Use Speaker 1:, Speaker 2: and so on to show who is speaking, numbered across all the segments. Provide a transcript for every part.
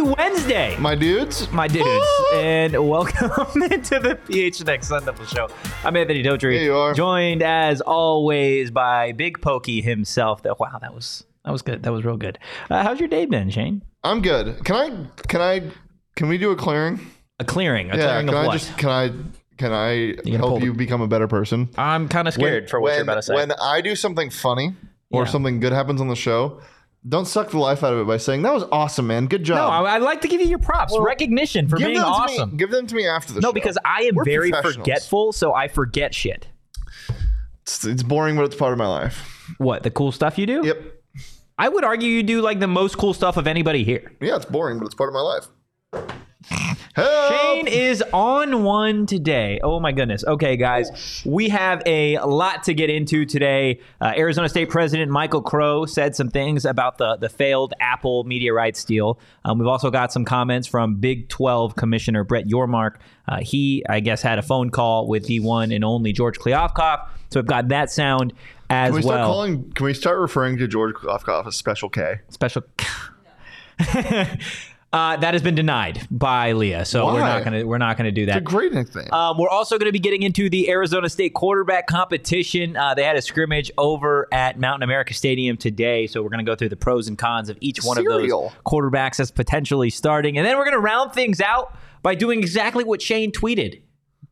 Speaker 1: Friday,
Speaker 2: My dudes?
Speaker 1: my dudes, and welcome into the PHNX Sun Devil Show. I'm Anthony Dotry.
Speaker 2: There you are.
Speaker 1: Joined as always by Big Pokey himself. That wow, that was that was good. That was real good. Uh, how's your day been, Shane?
Speaker 2: I'm good. Can I, can I, can we do a clearing?
Speaker 1: A clearing, a
Speaker 2: yeah,
Speaker 1: clearing
Speaker 2: can
Speaker 1: of
Speaker 2: I
Speaker 1: what?
Speaker 2: just, can I, can I
Speaker 1: gonna pull
Speaker 2: help
Speaker 1: the-
Speaker 2: you become a better person?
Speaker 1: I'm kind of scared for what
Speaker 2: when,
Speaker 1: you're about to say.
Speaker 2: When I do something funny or
Speaker 1: Yeah.
Speaker 2: something good happens on the show, don't suck the life out of it by saying, that was awesome, man. Good
Speaker 1: no,
Speaker 2: job.
Speaker 1: Oh, I, I like to give you your props, recognition for
Speaker 2: give
Speaker 1: being
Speaker 2: them to
Speaker 1: awesome.
Speaker 2: Me, give them to me after the show.
Speaker 1: no, because I am
Speaker 2: We're
Speaker 1: very
Speaker 2: professionals.
Speaker 1: forgetful, so I forget shit.
Speaker 2: it's, it's boring, but it's part of my life.
Speaker 1: What the cool stuff you do?
Speaker 2: Yep.
Speaker 1: I would argue you do like the most cool stuff of anybody here.
Speaker 2: Yeah, it's boring, but it's part of my life. Help!
Speaker 1: Shane is on one today. Oh my goodness. Okay, guys, we have a lot to get into today. Uh, Arizona State President Michael Crow said some things about the the failed Apple media rights deal. Um, we've also got some comments from Big 12 Commissioner Brett Yormark. Uh, he, I guess, had a phone call with the one and only George Kleofkoff. So we've got that sound as
Speaker 2: Can we
Speaker 1: well.
Speaker 2: start calling? Can we start referring to George Klofkoff as Special K?
Speaker 1: special. uh, that has been denied by Leah, so we're
Speaker 2: Why?
Speaker 1: not gonna we're not gonna do
Speaker 2: A
Speaker 1: that.
Speaker 2: great nickname.
Speaker 1: Um, we're also going to be getting into the Arizona State quarterback competition. Uh, they had a scrimmage over at Mountain America Stadium today, so we're going to go through the pros and cons of each one
Speaker 2: Cereal.
Speaker 1: of those quarterbacks that's potentially starting, and then we're going to round things out by doing exactly what Shane tweeted.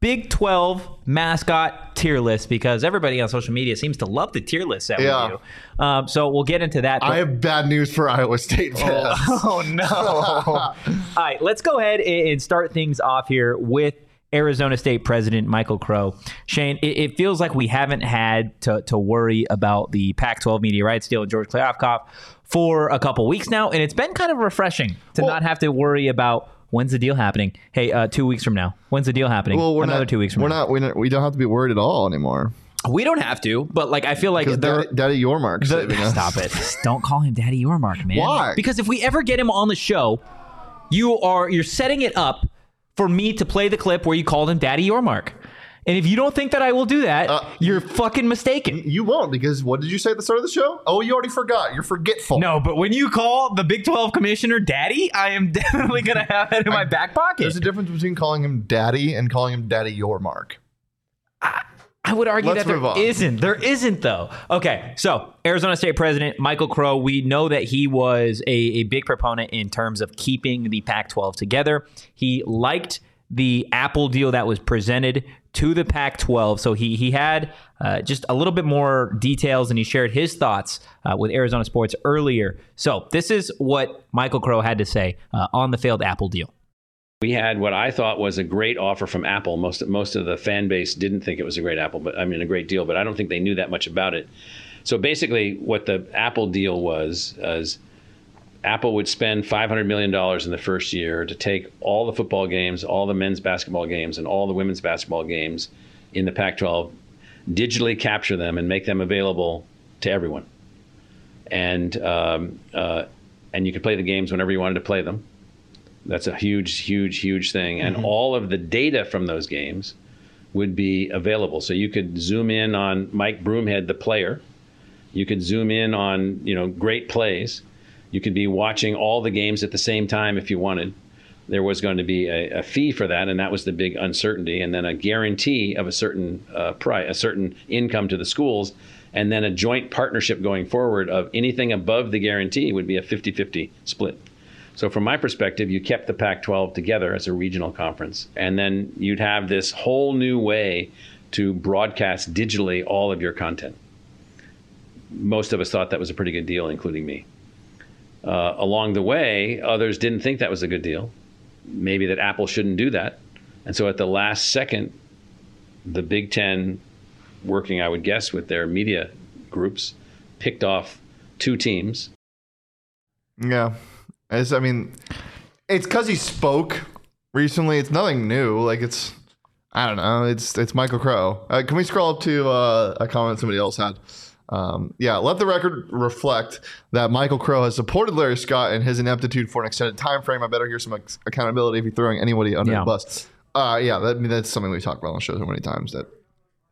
Speaker 1: Big 12 mascot tier list because everybody on social media seems to love the tier list that
Speaker 2: Yeah.
Speaker 1: we do. Um, so we'll get into that.
Speaker 2: I have bad news for Iowa State fans.
Speaker 1: Oh no! All right, let's go ahead and and start things off here with Arizona State President Michael Crow. Shane, it, it feels like we haven't had to, to worry about the Pac-12 media rights deal and George Klyovkov for a couple weeks now, and it's been kind of refreshing to
Speaker 2: Well-
Speaker 1: not have to worry about when's the deal happening. Hey, uh, two weeks from now, when's the deal happening?
Speaker 2: Well, we're
Speaker 1: Another
Speaker 2: not,
Speaker 1: two weeks from
Speaker 2: we're
Speaker 1: now.
Speaker 2: not. We don't, we don't have to be worried at all anymore.
Speaker 1: we don't have to, but like I feel like
Speaker 2: Because
Speaker 1: there.
Speaker 2: Daddy, Daddy Yormark's
Speaker 1: The-
Speaker 2: saving us.
Speaker 1: Stop it. Don't call him Daddy Yormark, man.
Speaker 2: Why?
Speaker 1: Because if we ever get him on the show, you are you're setting it up for me to play the clip where you called him Daddy Yormark. And if you don't think that I will do that, you're fucking mistaken.
Speaker 2: You won't because what did you say at the start of the show? Oh, you already forgot. You're forgetful.
Speaker 1: No, but when you call the Big 12 commissioner daddy, I am definitely going to have that in my back pocket.
Speaker 2: There's a difference between calling him Daddy and calling him Daddy Yormark.
Speaker 1: I would argue
Speaker 2: Let's
Speaker 1: that there
Speaker 2: move on.
Speaker 1: not There isn't though. Okay, so Arizona State President Michael Crow. We know that he was a, a big proponent in terms of keeping the Pac-12 together. He liked the Apple deal that was presented to the Pac-12. So he he had uh, just a little bit more details, and he shared his thoughts uh, with Arizona Sports earlier. So this is what Michael Crow had to say uh, on the failed Apple deal.
Speaker 3: We had what I thought was a great offer from Apple. Most most of the fan base didn't think it was a great Apple, but I mean a great deal. But I don't think they knew that much about it. So basically, what the Apple deal was is Apple would spend 500 million dollars in the first year to take all the football games, all the men's basketball games, and all the women's basketball games in the Pac-12, digitally capture them and make them available to everyone. And um, uh, and you could play the games whenever you wanted to play them. That's a huge, huge, huge thing. And all of the data from those games would be available. So you could zoom in on Mike Broomhead, the player. You could zoom in on, you know, great plays. You could be watching all the games at the same time if you wanted. There was going to be a, a fee for that, and that was the big uncertainty, and then a guarantee of a certain uh, price, a certain income to the schools, and then a joint partnership going forward of anything above the guarantee would be a 50-50 split. So, from my perspective, you kept the Pac 12 together as a regional conference, and then you'd have this whole new way to broadcast digitally all of your content. Most of us thought that was a pretty good deal, including me. Uh, along the way, others didn't think that was a good deal. Maybe that Apple shouldn't do that. And so, at the last second, the Big Ten, working, I would guess, with their media groups, picked off two teams
Speaker 2: Yeah. It's, I mean, it's because he spoke recently. It's nothing new. Like it's, I don't know. It's it's Michael Crow. Uh, can we scroll up to uh, a comment somebody else had? Um, yeah, let the record reflect that Michael Crow has supported Larry Scott and his ineptitude for an extended time frame. I better hear some ac- accountability if you're throwing anybody under
Speaker 1: Yeah.
Speaker 2: the bus. Uh, yeah, that, I mean, that's something we've talked about on the show so many times that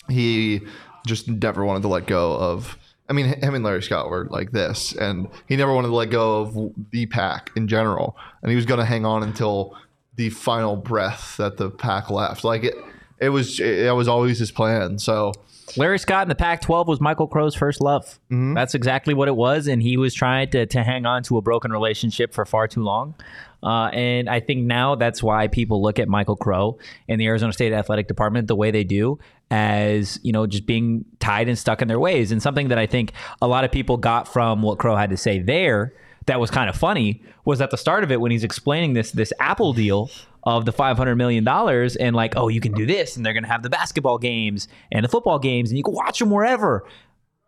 Speaker 2: he just never wanted to let go of I mean, him and Larry Scott were like this, and he never wanted to let go of the pack in general, and he was going to hang on until the final breath that the pack left. Like it, it was that was always his plan. So
Speaker 1: Larry Scott in the Pac-12 was Michael Crow's first love. That's exactly what it was, and he was trying to to hang on to a broken relationship for far too long. Uh, and I think now that's why people look at Michael Crow and the Arizona State Athletic Department the way they do as you know just being tied and stuck in their ways. And something that I think a lot of people got from what Crow had to say there that was kind of funny was at the start of it when he's explaining this this Apple deal of the 500 million dollars and like oh you can do this and they're going to have the basketball games and the football games and you can watch them wherever.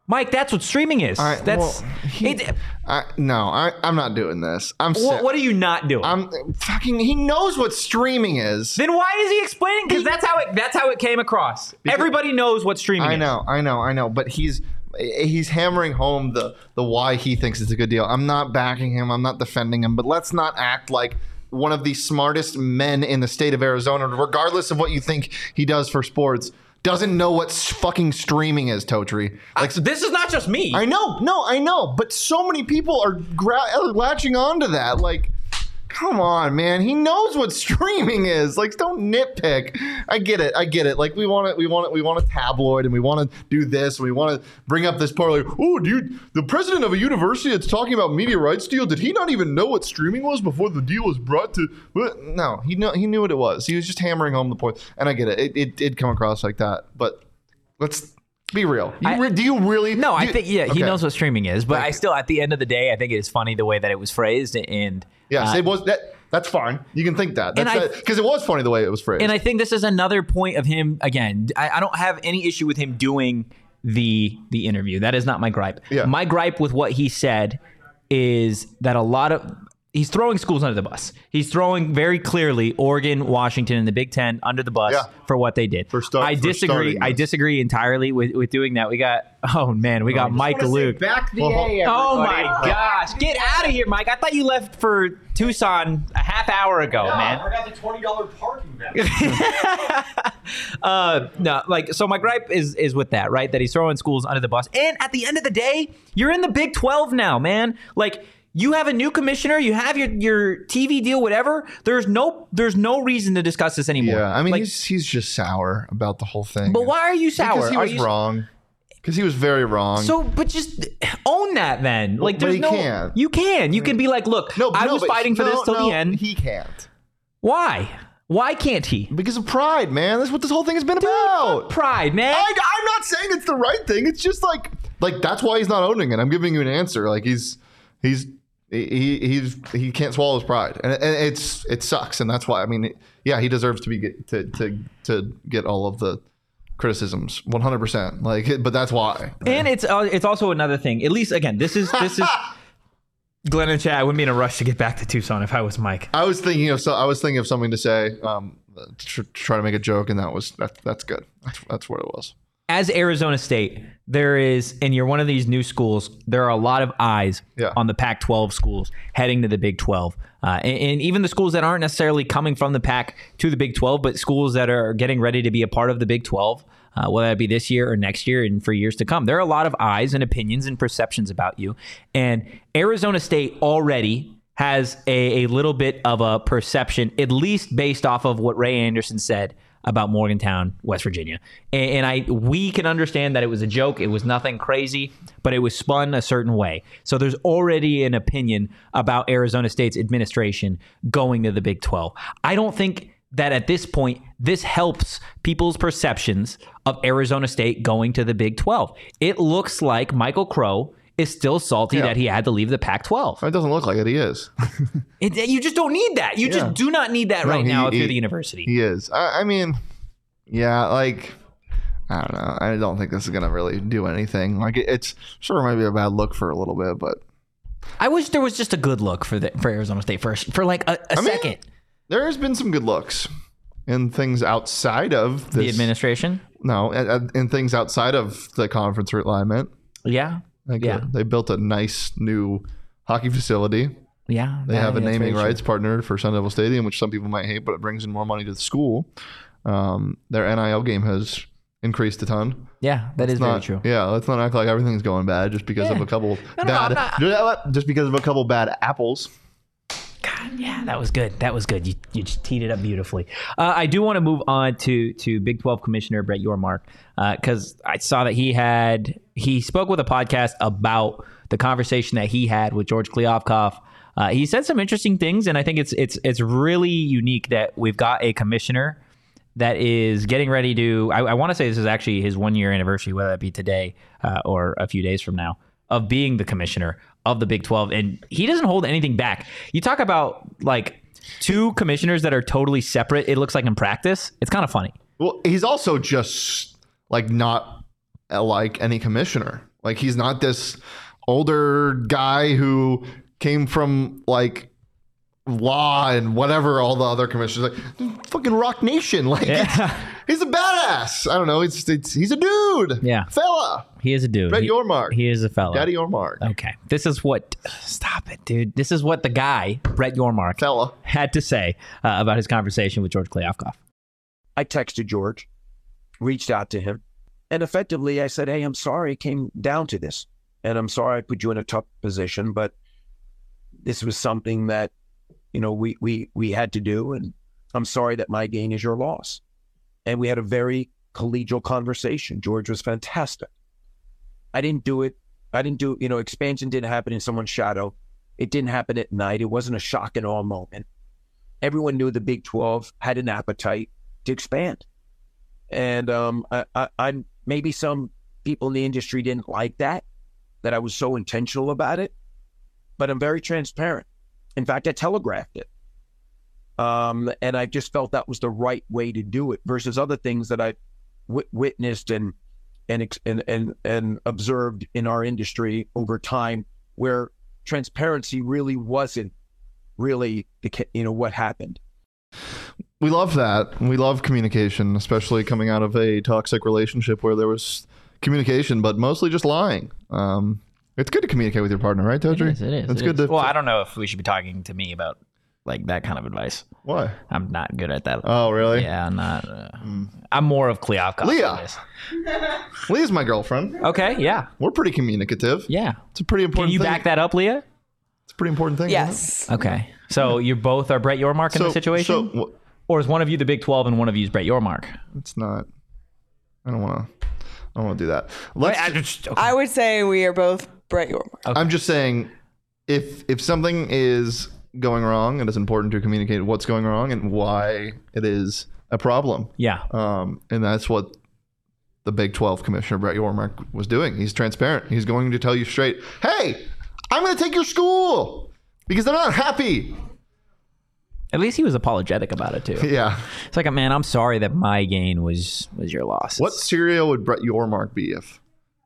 Speaker 1: Mike, that's what streaming is.
Speaker 2: right,
Speaker 1: that's
Speaker 2: well, he-
Speaker 1: it,
Speaker 2: I, no, I, I'm not doing this. I'm.
Speaker 1: wha-
Speaker 2: sa-
Speaker 1: what, are you not doing?
Speaker 2: I'm fucking. He knows what streaming is.
Speaker 1: then why is he explaining? Because that's how it that's how it came across. Everybody knows what streaming
Speaker 2: I
Speaker 1: is.
Speaker 2: know, I know, I know. But he's he's hammering home the the why he thinks it's a good deal. I'm not backing him. I'm not defending him. But let's not act like one of the smartest men in the state of Arizona, regardless of what you think he does for sports, doesn't know what s- fucking streaming is. Totri, like. I-
Speaker 1: This is not just me.
Speaker 2: know, no, I know, but so many people are, gra- are latching onto that. Like, come on, man, he knows what streaming is. Like, don't nitpick. I get it, I get it. Like, we want it, we want it, we want a tabloid, and we want to do this, and we want to bring up this part. Like, oh, dude, the president of a university that's talking about media rights deal. Did he not even know what streaming was before the deal was brought to? What? No, he know, he knew what it was. He was just hammering home the point, and I get it. It, it did come across like that, but let's. Be real. You
Speaker 1: I-
Speaker 2: re- do you really?
Speaker 1: No, I
Speaker 2: do-
Speaker 1: think yeah, he
Speaker 2: Okay.
Speaker 1: knows what streaming is, but I still at the end of the day, I think it is funny the way that it was phrased and
Speaker 2: Yes, it was that. That's fine. You can think that.
Speaker 1: And I-
Speaker 2: That's because it was funny the way it was phrased.
Speaker 1: and I think this is another point of him again. I, I don't have any issue with him doing the the interview. That is not my gripe.
Speaker 2: Yeah.
Speaker 1: My gripe with what he said is that a lot of he's throwing schools under the bus. He's throwing very clearly Oregon, Washington, and the Big Ten under the bus
Speaker 2: Yeah.
Speaker 1: for what they did.
Speaker 2: For sta-
Speaker 1: I
Speaker 2: for
Speaker 1: disagree.
Speaker 2: starting
Speaker 1: I
Speaker 2: this.
Speaker 1: disagree entirely with, with doing that. We got oh man, we got Mike Luke.
Speaker 4: Back the
Speaker 2: Well,
Speaker 4: A,
Speaker 2: hold-
Speaker 4: everybody.
Speaker 1: Oh my gosh! Get out of here, Mike. I thought you left for Tucson a half hour ago, man.
Speaker 4: I got the twenty dollar parking back.
Speaker 1: Uh, no, like so. My gripe is is with that, right? That he's throwing schools under the bus. And at the end of the day, you're in the Big Twelve now, man. Like you have a new commissioner, you have your your TV deal, whatever. There's no there's no reason to discuss this anymore.
Speaker 2: yeah, I mean,
Speaker 1: Like,
Speaker 2: he's he's just sour about the whole thing.
Speaker 1: but why are you sour?
Speaker 2: Because he
Speaker 1: Are
Speaker 2: was
Speaker 1: you-
Speaker 2: wrong. Because he was very wrong.
Speaker 1: So, but just own that then. Like,
Speaker 2: but
Speaker 1: there's
Speaker 2: he
Speaker 1: no.
Speaker 2: can't.
Speaker 1: You can. You can be like, look,
Speaker 2: no,
Speaker 1: I
Speaker 2: no,
Speaker 1: was
Speaker 2: but-
Speaker 1: fighting for
Speaker 2: no,
Speaker 1: this till
Speaker 2: no,
Speaker 1: the end.
Speaker 2: He can't
Speaker 1: Why? Why can't he?
Speaker 2: because of pride, man. That's what this whole thing has been about.
Speaker 1: Pride, man.
Speaker 2: I, I'm not saying it's the right thing. It's just like like that's why he's not owning it. I'm giving you an answer. Like he's he's he he's he can't swallow his pride, and, and it's it sucks, and that's why. I mean, yeah, he deserves to be get, to to to get all of the criticisms 100 percent like but that's why
Speaker 1: and it's uh, it's also another thing. At least again, this is this is Glenn and Chad. I wouldn't be in a rush to get back to Tucson if I was Mike.
Speaker 2: i was thinking of so i was thinking of something to say um to try to make a joke and that was that, that's good that's, that's what it was
Speaker 1: As Arizona State, there is, and you're one of these new schools. There are a lot of eyes
Speaker 2: Yeah.
Speaker 1: on the Pac-12 schools heading to the Big 12, uh, and, and even the schools that aren't necessarily coming from the Pac to the Big 12, but schools that are getting ready to be a part of the Big 12. Uh, whether that be this year or next year and for years to come, there are a lot of eyes and opinions and perceptions about you. And Arizona State already has a, a little bit of a perception, at least based off of what Ray Anderson said about Morgantown, West Virginia. And, and I we can understand that it was a joke, it was nothing crazy, but it was spun a certain way. So there's already an opinion about Arizona State's administration going to the Big 12. I don't think that at this point this helps people's perceptions of Arizona State going to the Big 12. It looks like Michael Crow is still salty that he had to leave the Pac 12.
Speaker 2: it doesn't look like it he is
Speaker 1: It, you just don't need that. You
Speaker 2: Yeah.
Speaker 1: just do not need that
Speaker 2: No,
Speaker 1: right
Speaker 2: he-
Speaker 1: now if you're
Speaker 2: he-
Speaker 1: the university.
Speaker 2: He is. I, I mean, yeah, like I don't know. I don't think this is gonna really do anything. Like it, it's sure might be a bad look for a little bit, but
Speaker 1: I wish there was just a good look for the, for Arizona State first for like a, a
Speaker 2: mean,
Speaker 1: second.
Speaker 2: there has been some good looks in things outside of
Speaker 1: The
Speaker 2: this.
Speaker 1: administration,
Speaker 2: no, a- a- in things outside of the conference realignment.
Speaker 1: yeah,
Speaker 2: Like
Speaker 1: Yeah.
Speaker 2: uh, they built a nice new hockey facility.
Speaker 1: yeah,
Speaker 2: They have a naming rights partner for Sun Devil Stadium, which some people might hate, but it brings in more money to the school. Um, their NIL game has increased a ton.
Speaker 1: Yeah, that is
Speaker 2: Not,
Speaker 1: very true.
Speaker 2: Yeah, let's not act like everything's going bad just because of
Speaker 1: Yeah.
Speaker 2: a couple
Speaker 1: no, no, I'm
Speaker 2: bad
Speaker 1: not-
Speaker 2: just- just because of a couple bad apples.
Speaker 1: Yeah, that was good. That was good. You, you just teed it up beautifully. Uh, I do want to move on to to Big Twelve Commissioner Brett Yormark because I saw that he had he spoke with a podcast about the conversation that he had with George Kleofkoff. Uh, he said some interesting things, and I think it's it's it's really unique that we've got a commissioner that is getting ready to. I, I want to say this is actually his one year anniversary, whether that be today uh, or a few days from now, of being the commissioner of the Big 12. And he doesn't hold anything back. You talk about like two commissioners that are totally separate, it looks like in practice. It's kind of funny.
Speaker 2: Well, he's also just like not uh, like any commissioner. Like he's not this older guy who came from like law and whatever all the other commissioners like fucking rock nation like it's- he's a badass i don't know it's, it's he's a dude
Speaker 1: Yeah.
Speaker 2: fella
Speaker 1: He is a dude.
Speaker 2: Brett
Speaker 1: he,
Speaker 2: Yormark.
Speaker 1: He uh, is a fellow.
Speaker 2: daddy Yormark,
Speaker 1: Okay. This is what, stop it, dude. This is what the guy, Brett Yormark,
Speaker 2: fella
Speaker 1: had to say uh, about his conversation with George Kleofkoff.
Speaker 5: I texted George, reached out to him, and effectively I said, Hey, I'm sorry it came down to this. And I'm sorry I put you in a tough position, but this was something that, you know, we we we had to do. And I'm sorry that my gain is your loss. And we had a very collegial conversation. George was fantastic. I didn't do it. I didn't do, you know, expansion didn't happen in someone's shadow. It didn't happen at night. It wasn't a shock and awe moment. Everyone knew the Big 12 had an appetite to expand. And um, I, I, I'm maybe some people in the industry didn't like that, that I was so intentional about it, but I'm very transparent. In fact, I telegraphed it. Um, and I just felt that was the right way to do it versus other things that I w- witnessed and, and, ex- and, and, and observed in our industry over time where transparency really wasn't really, the, ca- you know, what happened.
Speaker 2: we love that. We love communication, especially coming out of a toxic relationship where there was communication, but mostly just lying. Um, it's good to communicate with your partner, right, Dodger? It's good to.
Speaker 1: well, I don't know if we should be talking to me about like that kind of advice.
Speaker 2: Why?
Speaker 1: I'm not good at that.
Speaker 2: Oh, Mm. really?
Speaker 1: Yeah, I'm not. Uh, I'm more of Kleofkoff.
Speaker 2: Leah.
Speaker 1: than this.
Speaker 2: Leah's my girlfriend.
Speaker 1: Okay. Yeah.
Speaker 2: We're pretty communicative.
Speaker 1: Yeah.
Speaker 2: It's a pretty
Speaker 1: Can
Speaker 2: important
Speaker 1: you
Speaker 2: thing.
Speaker 1: back that up, Leah?
Speaker 2: It's a pretty important thing. isn't it?
Speaker 6: Yes.
Speaker 1: Okay. So you both are Brett Yormark in
Speaker 2: So,
Speaker 1: the
Speaker 2: So,
Speaker 1: situation,
Speaker 2: wh-
Speaker 1: or is one of you the Big Twelve and one of you is Brett Yormark?
Speaker 2: it's not. I don't want to. I don't want to do that. Let's,
Speaker 1: I just- okay.
Speaker 6: I would say we are both Brett Yormark.
Speaker 2: I'm just saying, if if something is going wrong, it is important to communicate what's going wrong and why it is a problem.
Speaker 1: yeah.
Speaker 2: Um, and that's what the Big 12 commissioner, Brett Yormark, was doing. He's transparent. He's going to tell you straight, hey, I'm going to take your school because I'm not happy.
Speaker 1: At least he was apologetic about it too.
Speaker 2: Yeah.
Speaker 1: It's like, man, I'm sorry that my gain was was your loss.
Speaker 2: What cereal would Brett Yormark be if,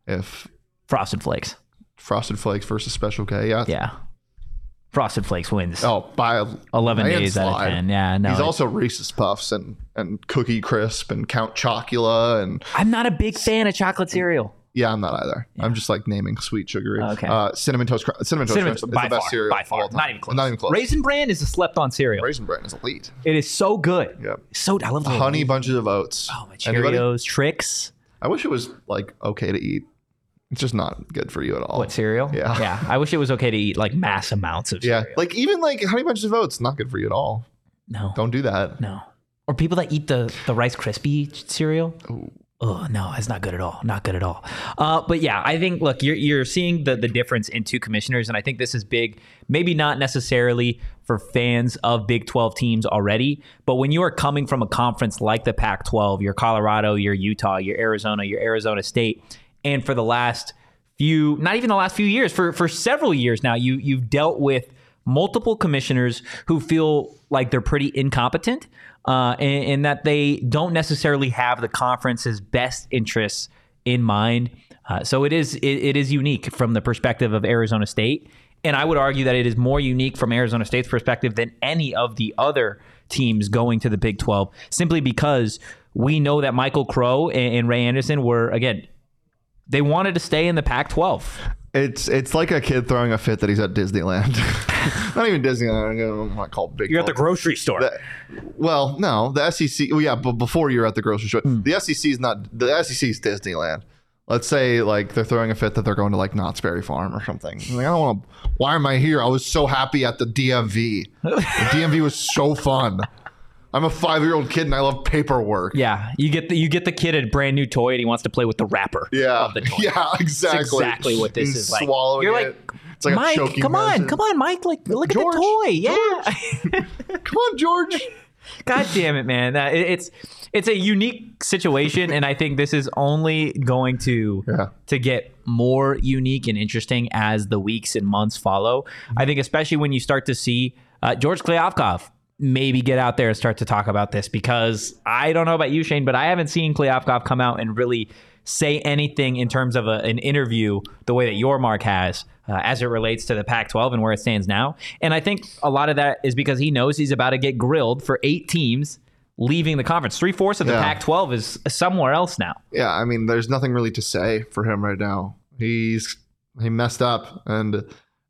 Speaker 2: if
Speaker 1: Frosted Flakes?
Speaker 2: Frosted Flakes versus Special K? Yeah.
Speaker 1: Yeah. Frosted Flakes wins.
Speaker 2: Oh, by a
Speaker 1: 11 days out of
Speaker 2: landslide.
Speaker 1: 10. Yeah, no,
Speaker 2: He's
Speaker 1: it-
Speaker 2: also Reese's Puffs and, and Cookie Crisp and Count Chocula and
Speaker 1: I'm not a big fan of chocolate cereal.
Speaker 2: Yeah, I'm not either. I'm just like naming sweet sugary.
Speaker 1: Okay.
Speaker 2: Uh, cinnamon toast crunch. Cinnamon toast
Speaker 1: Cinnamon,
Speaker 2: crunch is
Speaker 1: by
Speaker 2: the best
Speaker 1: far,
Speaker 2: cereal
Speaker 1: by
Speaker 2: of all
Speaker 1: far,
Speaker 2: time.
Speaker 1: not even close.
Speaker 2: Not even close.
Speaker 1: Raisin Bran is a slept-on cereal.
Speaker 2: Raisin bran is elite.
Speaker 1: It is so good.
Speaker 2: Yep.
Speaker 1: So I love the
Speaker 2: Honey bunches of oats.
Speaker 1: Oh, my
Speaker 2: Anybody?
Speaker 1: Cheerios, tricks.
Speaker 2: I wish it was like okay to eat. It's just not good for you at all.
Speaker 1: What cereal?
Speaker 2: Yeah.
Speaker 1: yeah. I wish it was okay to eat like mass amounts of
Speaker 2: Yeah,
Speaker 1: cereal.
Speaker 2: like even like honey bunches of oats, not good for you at all.
Speaker 1: No.
Speaker 2: Don't do that.
Speaker 1: No. Or people that eat the the Rice crispy cereal. Oh no, it's not good at all. Not good at all. Uh, but yeah, I think look, you're you're seeing the the difference in two commissioners, and I think this is big. Maybe not necessarily for fans of Big Twelve teams already, but when you are coming from a conference like the Pac twelve, your Colorado, your Utah, your Arizona, your Arizona State, and for the last few not even the last few years for for several years now you you've dealt with multiple commissioners who feel like they're pretty incompetent uh, and, and that they don't necessarily have the conference's best interests in mind uh, so it is it, it is unique from the perspective of Arizona State and I would argue that it is more unique from Arizona State's perspective than any of the other teams going to the Big 12 simply because we know that Michael Crow and, and Ray Anderson were again they wanted to stay in the Pac 12.
Speaker 2: It's it's like a kid throwing a fit that he's at Disneyland. Not even Disneyland. I'm gonna- I'm not called Big.
Speaker 1: You're at the
Speaker 2: Top.
Speaker 1: grocery store.
Speaker 2: That- well, no, the SEC. Well, yeah, but before you're at the grocery store,
Speaker 1: Hmm.
Speaker 2: the SEC is not the SEC is Disneyland. Let's say like they're throwing a fit that they're going to like Knott's Berry Farm or something. Like, I don't want. to. Why am I here? I was so happy at the DMV. The DMV was so fun. I'm a five year old kid and I love paperwork.
Speaker 1: yeah, you get the you get the kid a brand new toy and he wants to play with the wrapper.
Speaker 2: Yeah.
Speaker 1: of the toy.
Speaker 2: Yeah, exactly.
Speaker 1: exactly what this
Speaker 2: He's
Speaker 1: is like.
Speaker 2: Swallowing
Speaker 1: You're
Speaker 2: it.
Speaker 1: like,
Speaker 2: it's like a
Speaker 1: Mike,
Speaker 2: choking
Speaker 1: come on,
Speaker 2: hazard.
Speaker 1: come on, Mike! Like, look
Speaker 2: George,
Speaker 1: at the toy. Yeah.
Speaker 2: come on, George.
Speaker 1: God damn it, man! Uh, it- it's it's a unique situation, and I think this is only going to
Speaker 2: Yeah.
Speaker 1: to get more unique and interesting as the weeks and months follow. I think, especially when you start to see uh, George Klyavkov maybe get out there and start to talk about this, because I don't know about you, Shane, but I haven't seen Klyavkov come out and really say anything in terms of a, an interview the way that your mark has uh, as it relates to the Pac 12 and where it stands now. And I think a lot of that is because he knows he's about to get grilled for eight teams leaving the conference. Three fourths of the
Speaker 2: Yeah.
Speaker 1: Pac 12 is somewhere else now.
Speaker 2: yeah, I mean, there's nothing really to say for him right now. He's he messed up and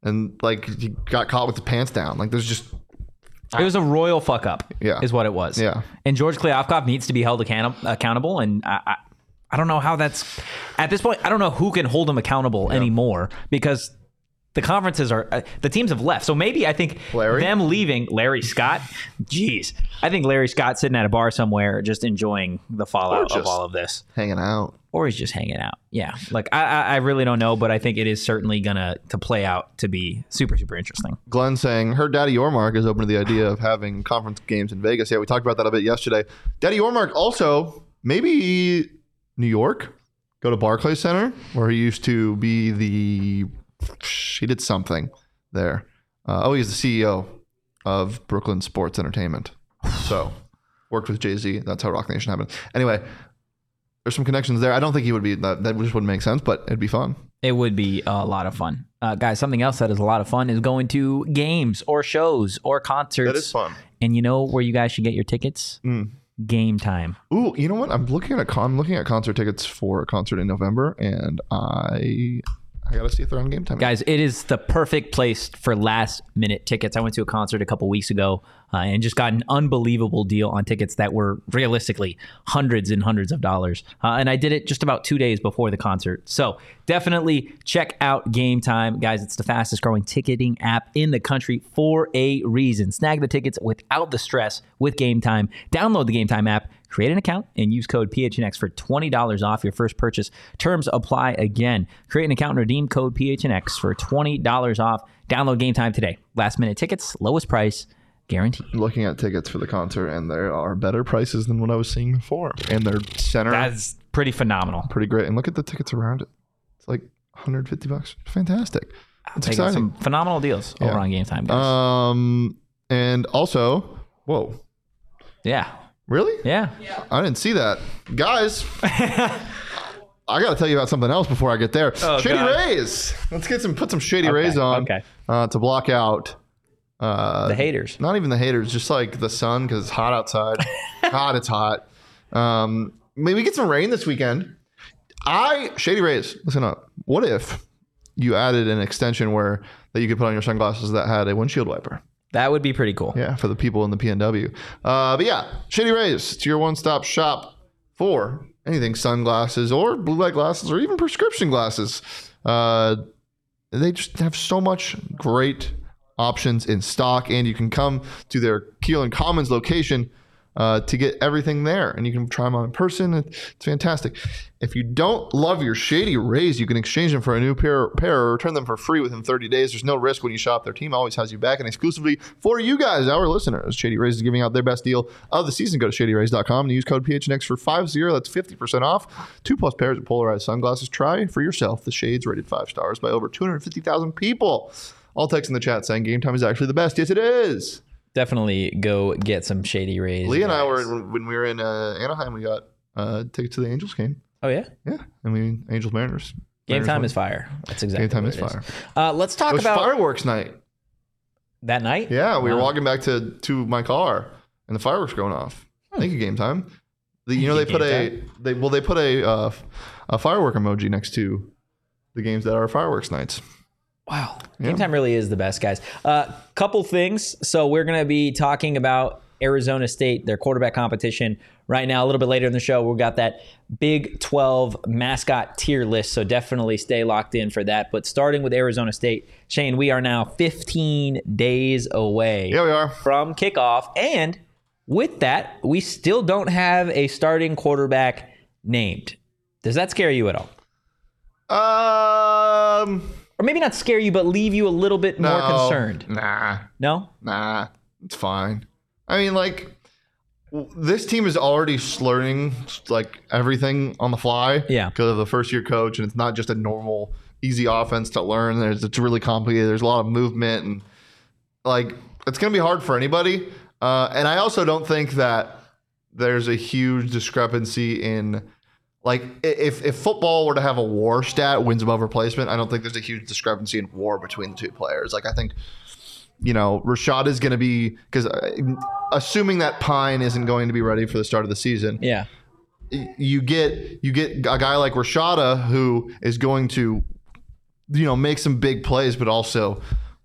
Speaker 2: and like he got caught with the pants down. Like there's just
Speaker 1: It was a royal fuck up,
Speaker 2: Yeah.
Speaker 1: is what it was.
Speaker 2: Yeah.
Speaker 1: And George Klyavkov needs to be held account- accountable. And I, I, I don't know how that's at this point. I don't know who can hold him accountable anymore because the conferences are uh, the teams have left. So maybe I think
Speaker 2: Larry?
Speaker 1: them leaving Larry Scott. Jeez, I think Larry Scott sitting at a bar somewhere, just enjoying the fallout of
Speaker 2: just-
Speaker 1: all of this
Speaker 2: hanging out.
Speaker 1: or he's just hanging out. Yeah, like I, I, I really don't know, but I think it is certainly gonna to play out to be super, super interesting.
Speaker 2: Glenn saying her daddy Ormark is open to the idea of having conference games in Vegas. Yeah, we talked about that a bit yesterday. Daddy Ormark also maybe New York, go to Barclays Center where he used to be the he did something there. Uh, oh, he's the CEO of Brooklyn Sports Entertainment. So worked with Jay Z. That's how Rock Nation happened. Anyway, there's some connections there. I don't think he would be that. That just wouldn't make sense, but it'd be fun.
Speaker 1: It would be a lot of fun, uh, guys. Something else that is a lot of fun is going to games or shows or concerts.
Speaker 2: fun.
Speaker 1: And you know where you guys should get your tickets?
Speaker 2: Mm.
Speaker 1: Game time.
Speaker 2: Ooh, you know what? I'm looking at con- I'm looking at concert tickets for a concert in November, and I I gotta see if they're on game time.
Speaker 1: Guys, it is the perfect place for last minute tickets. I went to a concert a couple weeks ago uh, and just got an unbelievable deal on tickets that were realistically hundreds and hundreds of dollars. Uh, and I did it just about two days before the concert. So definitely check out Game Time. Guys, it's the fastest growing ticketing app in the country for a reason. Snag the tickets without the stress with Game Time. Download the Game Time app. Create an account and use code PHNX for $20 off your first purchase. Terms apply again. Create an account and redeem code PHNX for $20 off. Download game time today. Last minute tickets, lowest price, guaranteed.
Speaker 2: I'm looking at tickets for the concert, and there are better prices than what I was seeing before, and they're center
Speaker 1: That's pretty phenomenal.
Speaker 2: pretty great. And look at the tickets around it; it's like 150 bucks. Fantastic. It's
Speaker 1: They got
Speaker 2: exciting.
Speaker 1: some phenomenal deals over on game time, guys.
Speaker 2: Um, and also, whoa,
Speaker 1: yeah.
Speaker 2: really?
Speaker 1: Yeah.
Speaker 2: I didn't see that, guys. I gotta tell you about something else before I get there. shady
Speaker 1: Oh, God.
Speaker 2: rays. Let's get some put some shady rays on
Speaker 1: okay.
Speaker 2: uh, to block out. Uh,
Speaker 1: The haters.
Speaker 2: not even the haters, just like the sun because it's hot outside. hot, it's hot. Um, maybe we get some rain this weekend. I Shady Rays, listen up. What if you added an extension where that you could put on your sunglasses that had a windshield wiper?
Speaker 1: That would be pretty cool.
Speaker 2: Yeah, for the people in the PNW. Uh, but yeah, Shady Rays, it's your one-stop shop for anything sunglasses or blue light glasses or even prescription glasses. Uh, they just have so much great options in stock, and you can come to their Keelan Commons location uh, to get everything there, and you can try them on in person. It's fantastic. If you don't love your shady rays, you can exchange them for a new pair, pair or return them for free within 30 days. There's no risk when you shop. Their team always has you back, and exclusively for you guys, our listeners, Shady Rays is giving out their best deal of the season. Go to shadyrays.com and use code PHNX for 50. That's 50% off. Two plus pairs of polarized sunglasses. Try for yourself the shades rated five stars by over 250,000 people. All text in the chat saying game time is actually the best. Yes, it is.
Speaker 1: Definitely go get some shady rays.
Speaker 2: Lee and I were in, when we were in uh, Anaheim. We got uh, tickets to the Angels game.
Speaker 1: Oh yeah.
Speaker 2: Yeah, I mean Angels Mariners.
Speaker 1: Game
Speaker 2: Mariners
Speaker 1: time
Speaker 2: won.
Speaker 1: is fire. That's exactly.
Speaker 2: game time
Speaker 1: what
Speaker 2: is
Speaker 1: it
Speaker 2: fire.
Speaker 1: Uh, let's
Speaker 2: It
Speaker 1: talk
Speaker 2: was
Speaker 1: about
Speaker 2: fireworks night.
Speaker 1: that night.
Speaker 2: Yeah, we were
Speaker 1: Wow.
Speaker 2: walking back to to my car, and the fireworks going off.
Speaker 1: Hmm.
Speaker 2: Thank you, game time. The, you know they
Speaker 1: Thank you,
Speaker 2: put a they well they put a uh, a firework emoji next to the games that are fireworks nights.
Speaker 1: Wow. Game time really is the best, guys. Uh, couple things. So we're going to be talking about Arizona State, their quarterback competition right now. A little bit later in the show, we've got that Big 12 mascot tier list. So definitely stay locked in for that. But starting with Arizona State, Shane, we are now 15 days away
Speaker 2: Yeah, we are.
Speaker 1: from kickoff. And with that, we still don't have a starting quarterback named. Does that scare you at all?
Speaker 2: Um,
Speaker 1: Or maybe not scare you, but leave you a little bit more
Speaker 2: no.
Speaker 1: concerned.
Speaker 2: Nah,
Speaker 1: No?
Speaker 2: nah, it's fine. I mean, like w- this team is already slurring like everything on the fly.
Speaker 1: Yeah.
Speaker 2: because of the first year coach, and it's not just a normal easy offense to learn. There's it's really complicated. There's a lot of movement, and like it's gonna be hard for anybody. Uh, and I also don't think that there's a huge discrepancy in like i- if if football were to have a war stat, wins above replacement, I don't think there's a huge discrepancy in war between the two players. Like I think you know, Rashad is going to be because assuming that Pine isn't going to be ready for the start of the season,
Speaker 1: Yeah.
Speaker 2: y- you get you get a guy like Rashada who is going to, you know, make some big plays, but also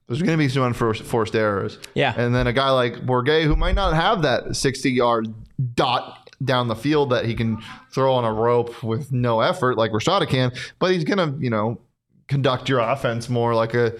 Speaker 2: there's going to be some unforced forced errors.
Speaker 1: Yeah.
Speaker 2: and then a guy like Borgay who might not have that 60 yard dot down the field that he can throw on a rope with no effort like Rashada can, but he's going to you know conduct your offense more like a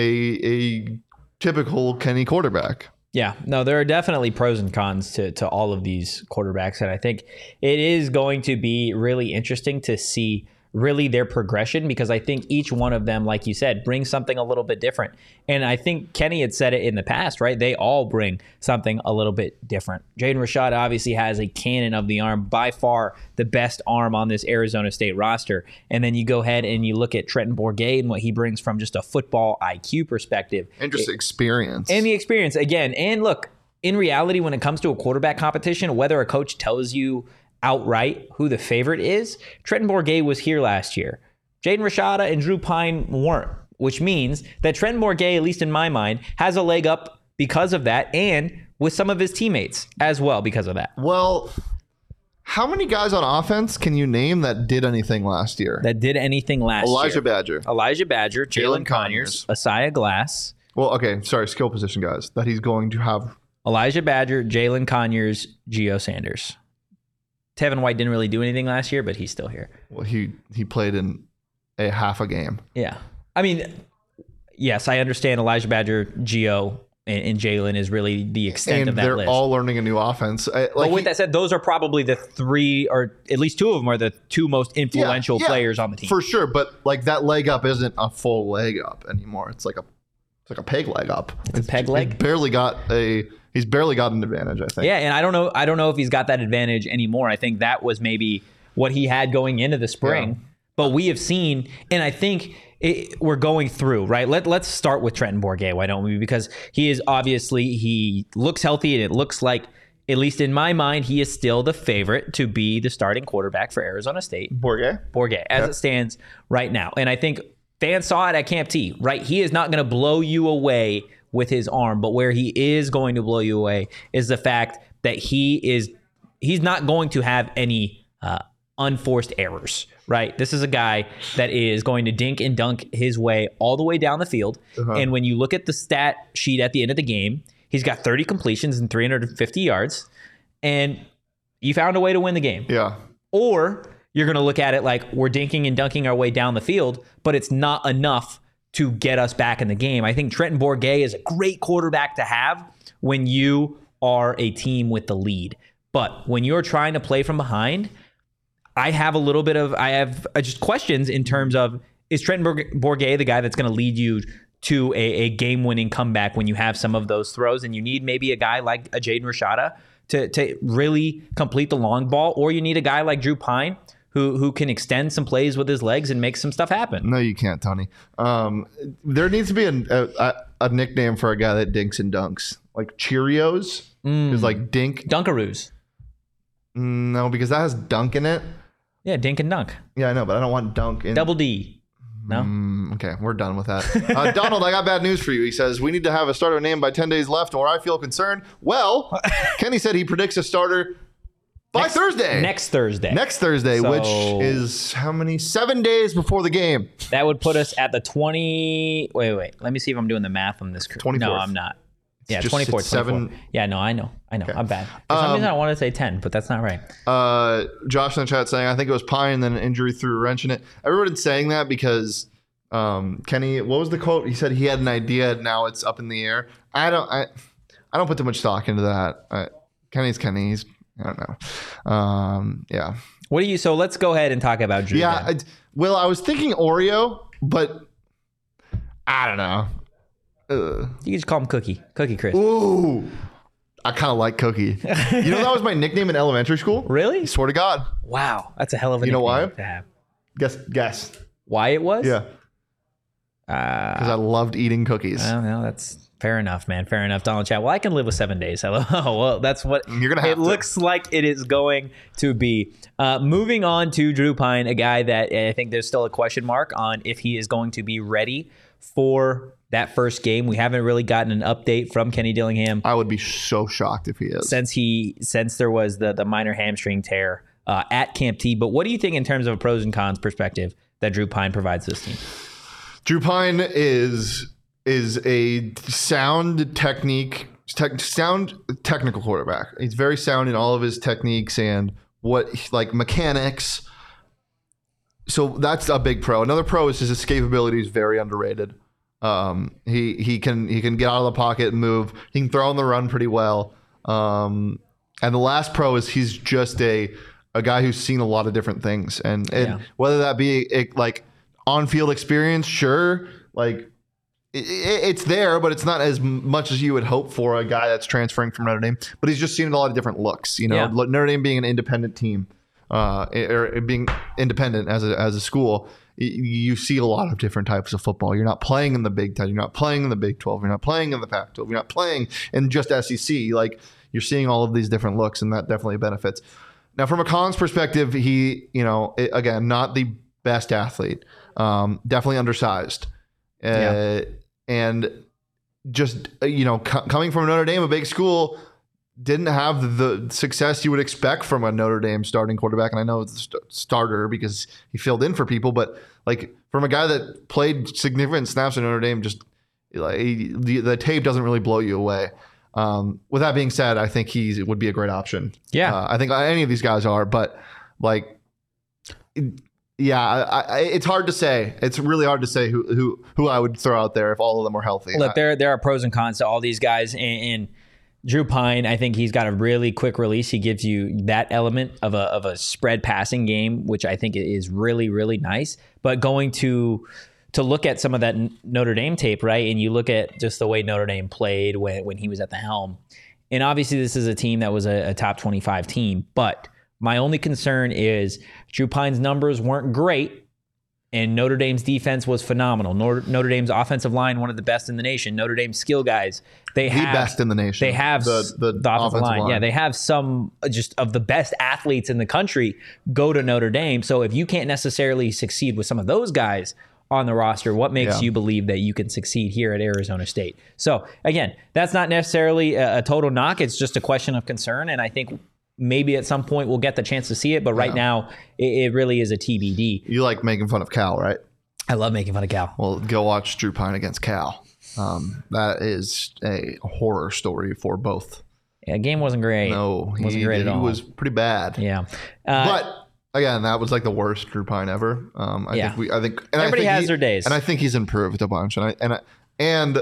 Speaker 2: a a typical Kenny quarterback.
Speaker 1: Yeah, no, there are definitely pros and cons to, to all of these quarterbacks. And I think it is going to be really interesting to see really their progression because I think each one of them, like you said, brings something a little bit different. And I think Kenny had said it in the past, right? They all bring something a little bit different. Jaden Rashad obviously has a cannon of the arm, by far the best arm on this Arizona State roster. And then you go ahead and you look at Trenton Bourget and what he brings from just a football IQ perspective.
Speaker 2: And just experience.
Speaker 1: And the experience again. And look, in reality, when it comes to a quarterback competition, whether a coach tells you outright who the favorite is, Trenton Bourget was here last year. Jaden Rashada and Drew Pine weren't, which means that Trenton Bourget, at least in my mind, has a leg up because of that and with some of his teammates as well because of that.
Speaker 2: Well, how many guys on offense can you name that did anything last year?
Speaker 1: That did anything last
Speaker 2: Elijah
Speaker 1: year.
Speaker 2: Badger.
Speaker 1: Elijah Badger, Jalen
Speaker 2: Jalen
Speaker 1: Conyers, Asaya Glass,
Speaker 2: Well, okay, sorry, skill position guys that he's going to have.
Speaker 1: Elijah Badger, Jalen Conyers, Gio Sanders. Tevin White didn't really do anything last year, but he's still here.
Speaker 2: Well, he he played in a half a game.
Speaker 1: Yeah. I mean, yes, I understand Elijah Badger, Gio, and, and Jalen is really the extent of
Speaker 2: And
Speaker 1: that
Speaker 2: they're
Speaker 1: list.
Speaker 2: all learning a new offense. I, like
Speaker 1: but with
Speaker 2: he-
Speaker 1: that said, those are probably the three, or at least two of them are the two most
Speaker 2: yeah,
Speaker 1: influential
Speaker 2: yeah,
Speaker 1: players on the team.
Speaker 2: for sure. But like that leg up isn't a full leg up anymore. It's like a it's like a peg leg up. It's,
Speaker 1: peg leg?
Speaker 2: He's barely got a he's barely got an advantage. I think.
Speaker 1: yeah, and I don't know, I don't know if he's got that advantage anymore. I think that was maybe what he had going into the spring. But we have seen, and I think it, we're going through right. Let Let's start with Trenton Bourget. Why don't we? Because he is obviously he looks healthy, and it looks like. At least in my mind, he is still the favorite to be the starting quarterback for Arizona State.
Speaker 2: Borgay.
Speaker 1: Borgay as it stands right now. And I think fans saw it at Camp T, right? He is not going to blow you away with his arm, but where he is going to blow you away is the fact that he is he's not going to have any uh, unforced errors, right? This is a guy that is going to dink and dunk his way all the way down the field. And when you look at the stat sheet at the end of the game, he's got 30 completions and 350 yards. And you found a way to win the game
Speaker 2: Yeah.
Speaker 1: or you're going to look at it like we're dinking and dunking our way down the field, but it's not enough to get us back in the game. I think Trenton Bourget is a great quarterback to have when you are a team with the lead. But when you're trying to play from behind, I have a little bit of I have uh, just questions in terms of is Trenton Bourg- Bourget the guy that's going to lead you to a, a game winning comeback when you have some of those throws and you need maybe a guy like a Jaden Rashada to to really complete the long ball or you need a guy like Drew Pine who who can extend some plays with his legs and make some stuff happen.
Speaker 2: No, you can't, Tony. Um, there needs to be an, a, a, a nickname for a guy that dinks and dunks, like Cheerios.
Speaker 1: Mm.
Speaker 2: Is like dink.
Speaker 1: Dunkaroos.
Speaker 2: No, because that has dunk in it.
Speaker 1: Yeah, dink and dunk.
Speaker 2: Yeah, I know, but I don't want dunk in.
Speaker 1: Double D. No.
Speaker 2: Mm, okay, we're done with that. Uh, Donald, I got bad news for you. He says we need to have a starter name by ten days left, or I feel concerned. Well, Kenny said he predicts a starter by Thursday.
Speaker 1: Next Thursday.
Speaker 2: Next Thursday,
Speaker 1: So-
Speaker 2: which is how many? Seven days before the game.
Speaker 1: That would put us at the 20. Wait, wait. Let me see if I'm doing the math on this. cor-
Speaker 2: 24th.
Speaker 1: No, I'm not. Yeah,
Speaker 2: just- it's
Speaker 1: 24.
Speaker 2: seven- Um,
Speaker 1: 24. Yeah, no, I know. I know. I'm bad. For some reason, I want to say 10, but that's not right.
Speaker 2: Uh, Josh in the chat saying, I think it was Pine, then an injury threw a wrench in it. Everyone's saying that because um, Kenny, what was the quote? He said he had an idea, now it's up in the air. I don't, I, I don't put too much stock into that. I, Kenny's Kenny. He's, I don't know. Um, yeah.
Speaker 1: What do you? So let's go ahead and talk about Drew.
Speaker 2: Yeah.
Speaker 1: then.
Speaker 2: I, well, I was thinking Oreo, but I don't know. Ugh.
Speaker 1: you can just call him Cookie. Cookie Chris.
Speaker 2: Ooh. I kind of like Cookie. You know, that was my nickname in elementary school.
Speaker 1: Really?
Speaker 2: I swear to God.
Speaker 1: Wow, that's a hell of a.
Speaker 2: You know
Speaker 1: nickname
Speaker 2: why?
Speaker 1: to have.
Speaker 2: Guess, guess.
Speaker 1: Why it was?
Speaker 2: Yeah. Because I loved eating cookies.
Speaker 1: Well, Oh, no, that's fair enough, man. Fair enough, Donald Chat. Well, I can live with seven days. Hello. well, that's what
Speaker 2: You're gonna
Speaker 1: It
Speaker 2: have to.
Speaker 1: looks like it is going to be. Uh, moving on to Drew Pine, a guy that eh, I think there's still a question mark on if he is going to be ready for that first game. We haven't really gotten an update from Kenny Dillingham
Speaker 2: I would be so shocked if he is.
Speaker 1: since he since there was the the minor hamstring tear uh, at Camp T. But what do you think in terms of a pros and cons perspective that Drew Pine provides this team?
Speaker 2: Drew Pine is is a sound technique, tech, sound technical quarterback. He's very sound in all of his techniques and what like mechanics. So that's a big pro. Another pro is his escapability is very underrated. Um, he he can he can get out of the pocket and move. He can throw on the run pretty well. Um, and the last pro is he's just a a guy who's seen a lot of different things, and, and whether that be it, like on field experience, sure, like i i it's there, but it's not as m- much as you would hope for a guy that's transferring from Notre Dame. But he's just seen a lot of different looks, you know.
Speaker 1: Yeah.
Speaker 2: Lo- Notre Dame being an independent team, uh, or it being independent as a as a school, y- you see a lot of different types of football. You're not playing in the Big Ten, you're not playing in the Big Twelve, you're not playing in the Pac twelve, you're not playing in just SEC. Like you're seeing all of these different looks, and that definitely benefits. Now, from a Collins perspective, he, you know, i again, not the best athlete, um, definitely undersized, uh,
Speaker 1: Yeah.
Speaker 2: and just uh, you know, co- coming from Notre Dame, a big school, didn't have the success you would expect from a Notre Dame starting quarterback. And I know it's a st- starter because he filled in for people, but like from a guy that played significant snaps in Notre Dame, just like he- the, the tape doesn't really blow you away. Um, with that being said, I think he would be a great option.
Speaker 1: Yeah.
Speaker 2: Uh, I think any of these guys are, but like, yeah, I, I, it's hard to say. It's really hard to say who who who I would throw out there if all of them were healthy.
Speaker 1: Look, there there are pros and cons to all these guys, and, and Drew Pine, I think he's got a really quick release. He gives you that element of a of a spread passing game, which I think is really really nice. But going to to look at some of that N- Notre Dame tape, right, and you look at just the way Notre Dame played when when he was at the helm, and obviously this is a team that was a, a top twenty five team, but my only concern is Drew Pine's numbers weren't great, and Notre Dame's defense was phenomenal. Nor- Notre Dame's offensive line, one of the best in the nation. Notre Dame's skill guys, they
Speaker 2: the
Speaker 1: have
Speaker 2: best in the nation.
Speaker 1: they have
Speaker 2: the the, offensive line.
Speaker 1: Yeah, they have some uh, just of the best athletes in the country go to Notre Dame. So if you can't necessarily succeed with some of those guys on the roster, what makes
Speaker 2: Yeah.
Speaker 1: you believe that you can succeed here at Arizona State? So again, that's not necessarily a, a total knock. It's just a question of concern, and I think. Maybe at some point we'll get the chance to see it, but right now it, it really is a TBD.
Speaker 2: you like making fun of Cal, right?
Speaker 1: I love making fun of Cal.
Speaker 2: Well, go watch Drew Pine against Cal. Um, that is a horror story for both.
Speaker 1: Yeah, game wasn't great.
Speaker 2: No, he,
Speaker 1: Wasn't great at
Speaker 2: he
Speaker 1: all.
Speaker 2: was pretty bad.
Speaker 1: Yeah. Uh,
Speaker 2: but again, that was like the worst Drew Pine ever. Um, I
Speaker 1: Yeah.
Speaker 2: think we, I think and I
Speaker 1: Everybody
Speaker 2: think
Speaker 1: has
Speaker 2: he-
Speaker 1: their days.
Speaker 2: and I think he's improved a bunch. And I and I, and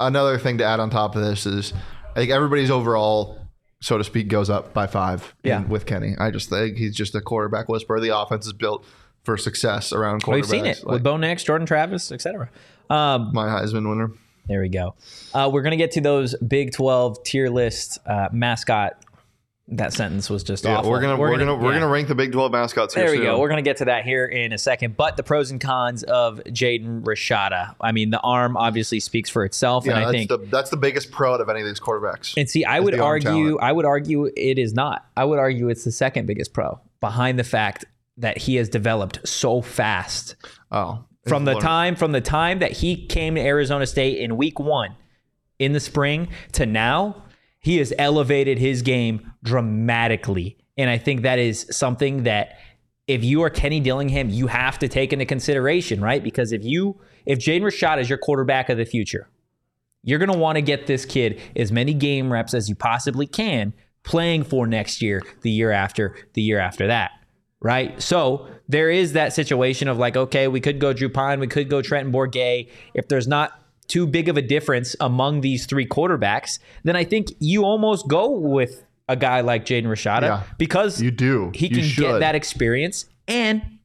Speaker 2: another thing to add on top of this is, I think everybody's overall, so to speak, goes up by five. in-
Speaker 1: Yeah.
Speaker 2: with Kenny, I just think he's just a quarterback whisperer. The offense is built for success around quarterbacks.
Speaker 1: we've seen it
Speaker 2: Like,
Speaker 1: with Bo Nix, Jordan Travis, etc. Um,
Speaker 2: my Heisman winner.
Speaker 1: there we go. Uh, we're gonna get to those Big Twelve tier list uh, mascot. That sentence was just
Speaker 2: Yeah,
Speaker 1: awful.
Speaker 2: we're gonna we're, gonna, we're
Speaker 1: yeah.
Speaker 2: gonna rank the Big Twelve mascots.
Speaker 1: There
Speaker 2: here
Speaker 1: we
Speaker 2: soon.
Speaker 1: go. We're gonna get to that here in a second. But the pros and cons of Jaden Rashada. I mean, the arm obviously speaks for itself,
Speaker 2: yeah,
Speaker 1: and I
Speaker 2: that's
Speaker 1: think
Speaker 2: the that's the biggest pro out of any of these quarterbacks.
Speaker 1: And see, I would
Speaker 2: the arm
Speaker 1: argue,
Speaker 2: talent.
Speaker 1: I would argue it is not. I would argue it's the second biggest pro behind the fact that he has developed so fast
Speaker 2: oh,
Speaker 1: from the
Speaker 2: Lord.
Speaker 1: time from the time that he came to Arizona State in week 1 in the spring to now, he has elevated his game dramatically. And I think that is something that if you are Kenny Dillingham, you have to take into consideration, right? Because if you if Jaden Rashad is your quarterback of the future, you're going to want to get this kid as many game reps as you possibly can playing for next year, the year after, the year after that, right? So there is that situation of like, okay, we could go Drew Pine, we could go Trenton Bourget. If there's not too big of a difference among these three quarterbacks, then I think you almost go with a guy like Jaden Rashada
Speaker 2: Yeah.
Speaker 1: because
Speaker 2: You do.
Speaker 1: he
Speaker 2: You
Speaker 1: can get
Speaker 2: should.
Speaker 1: that experience. And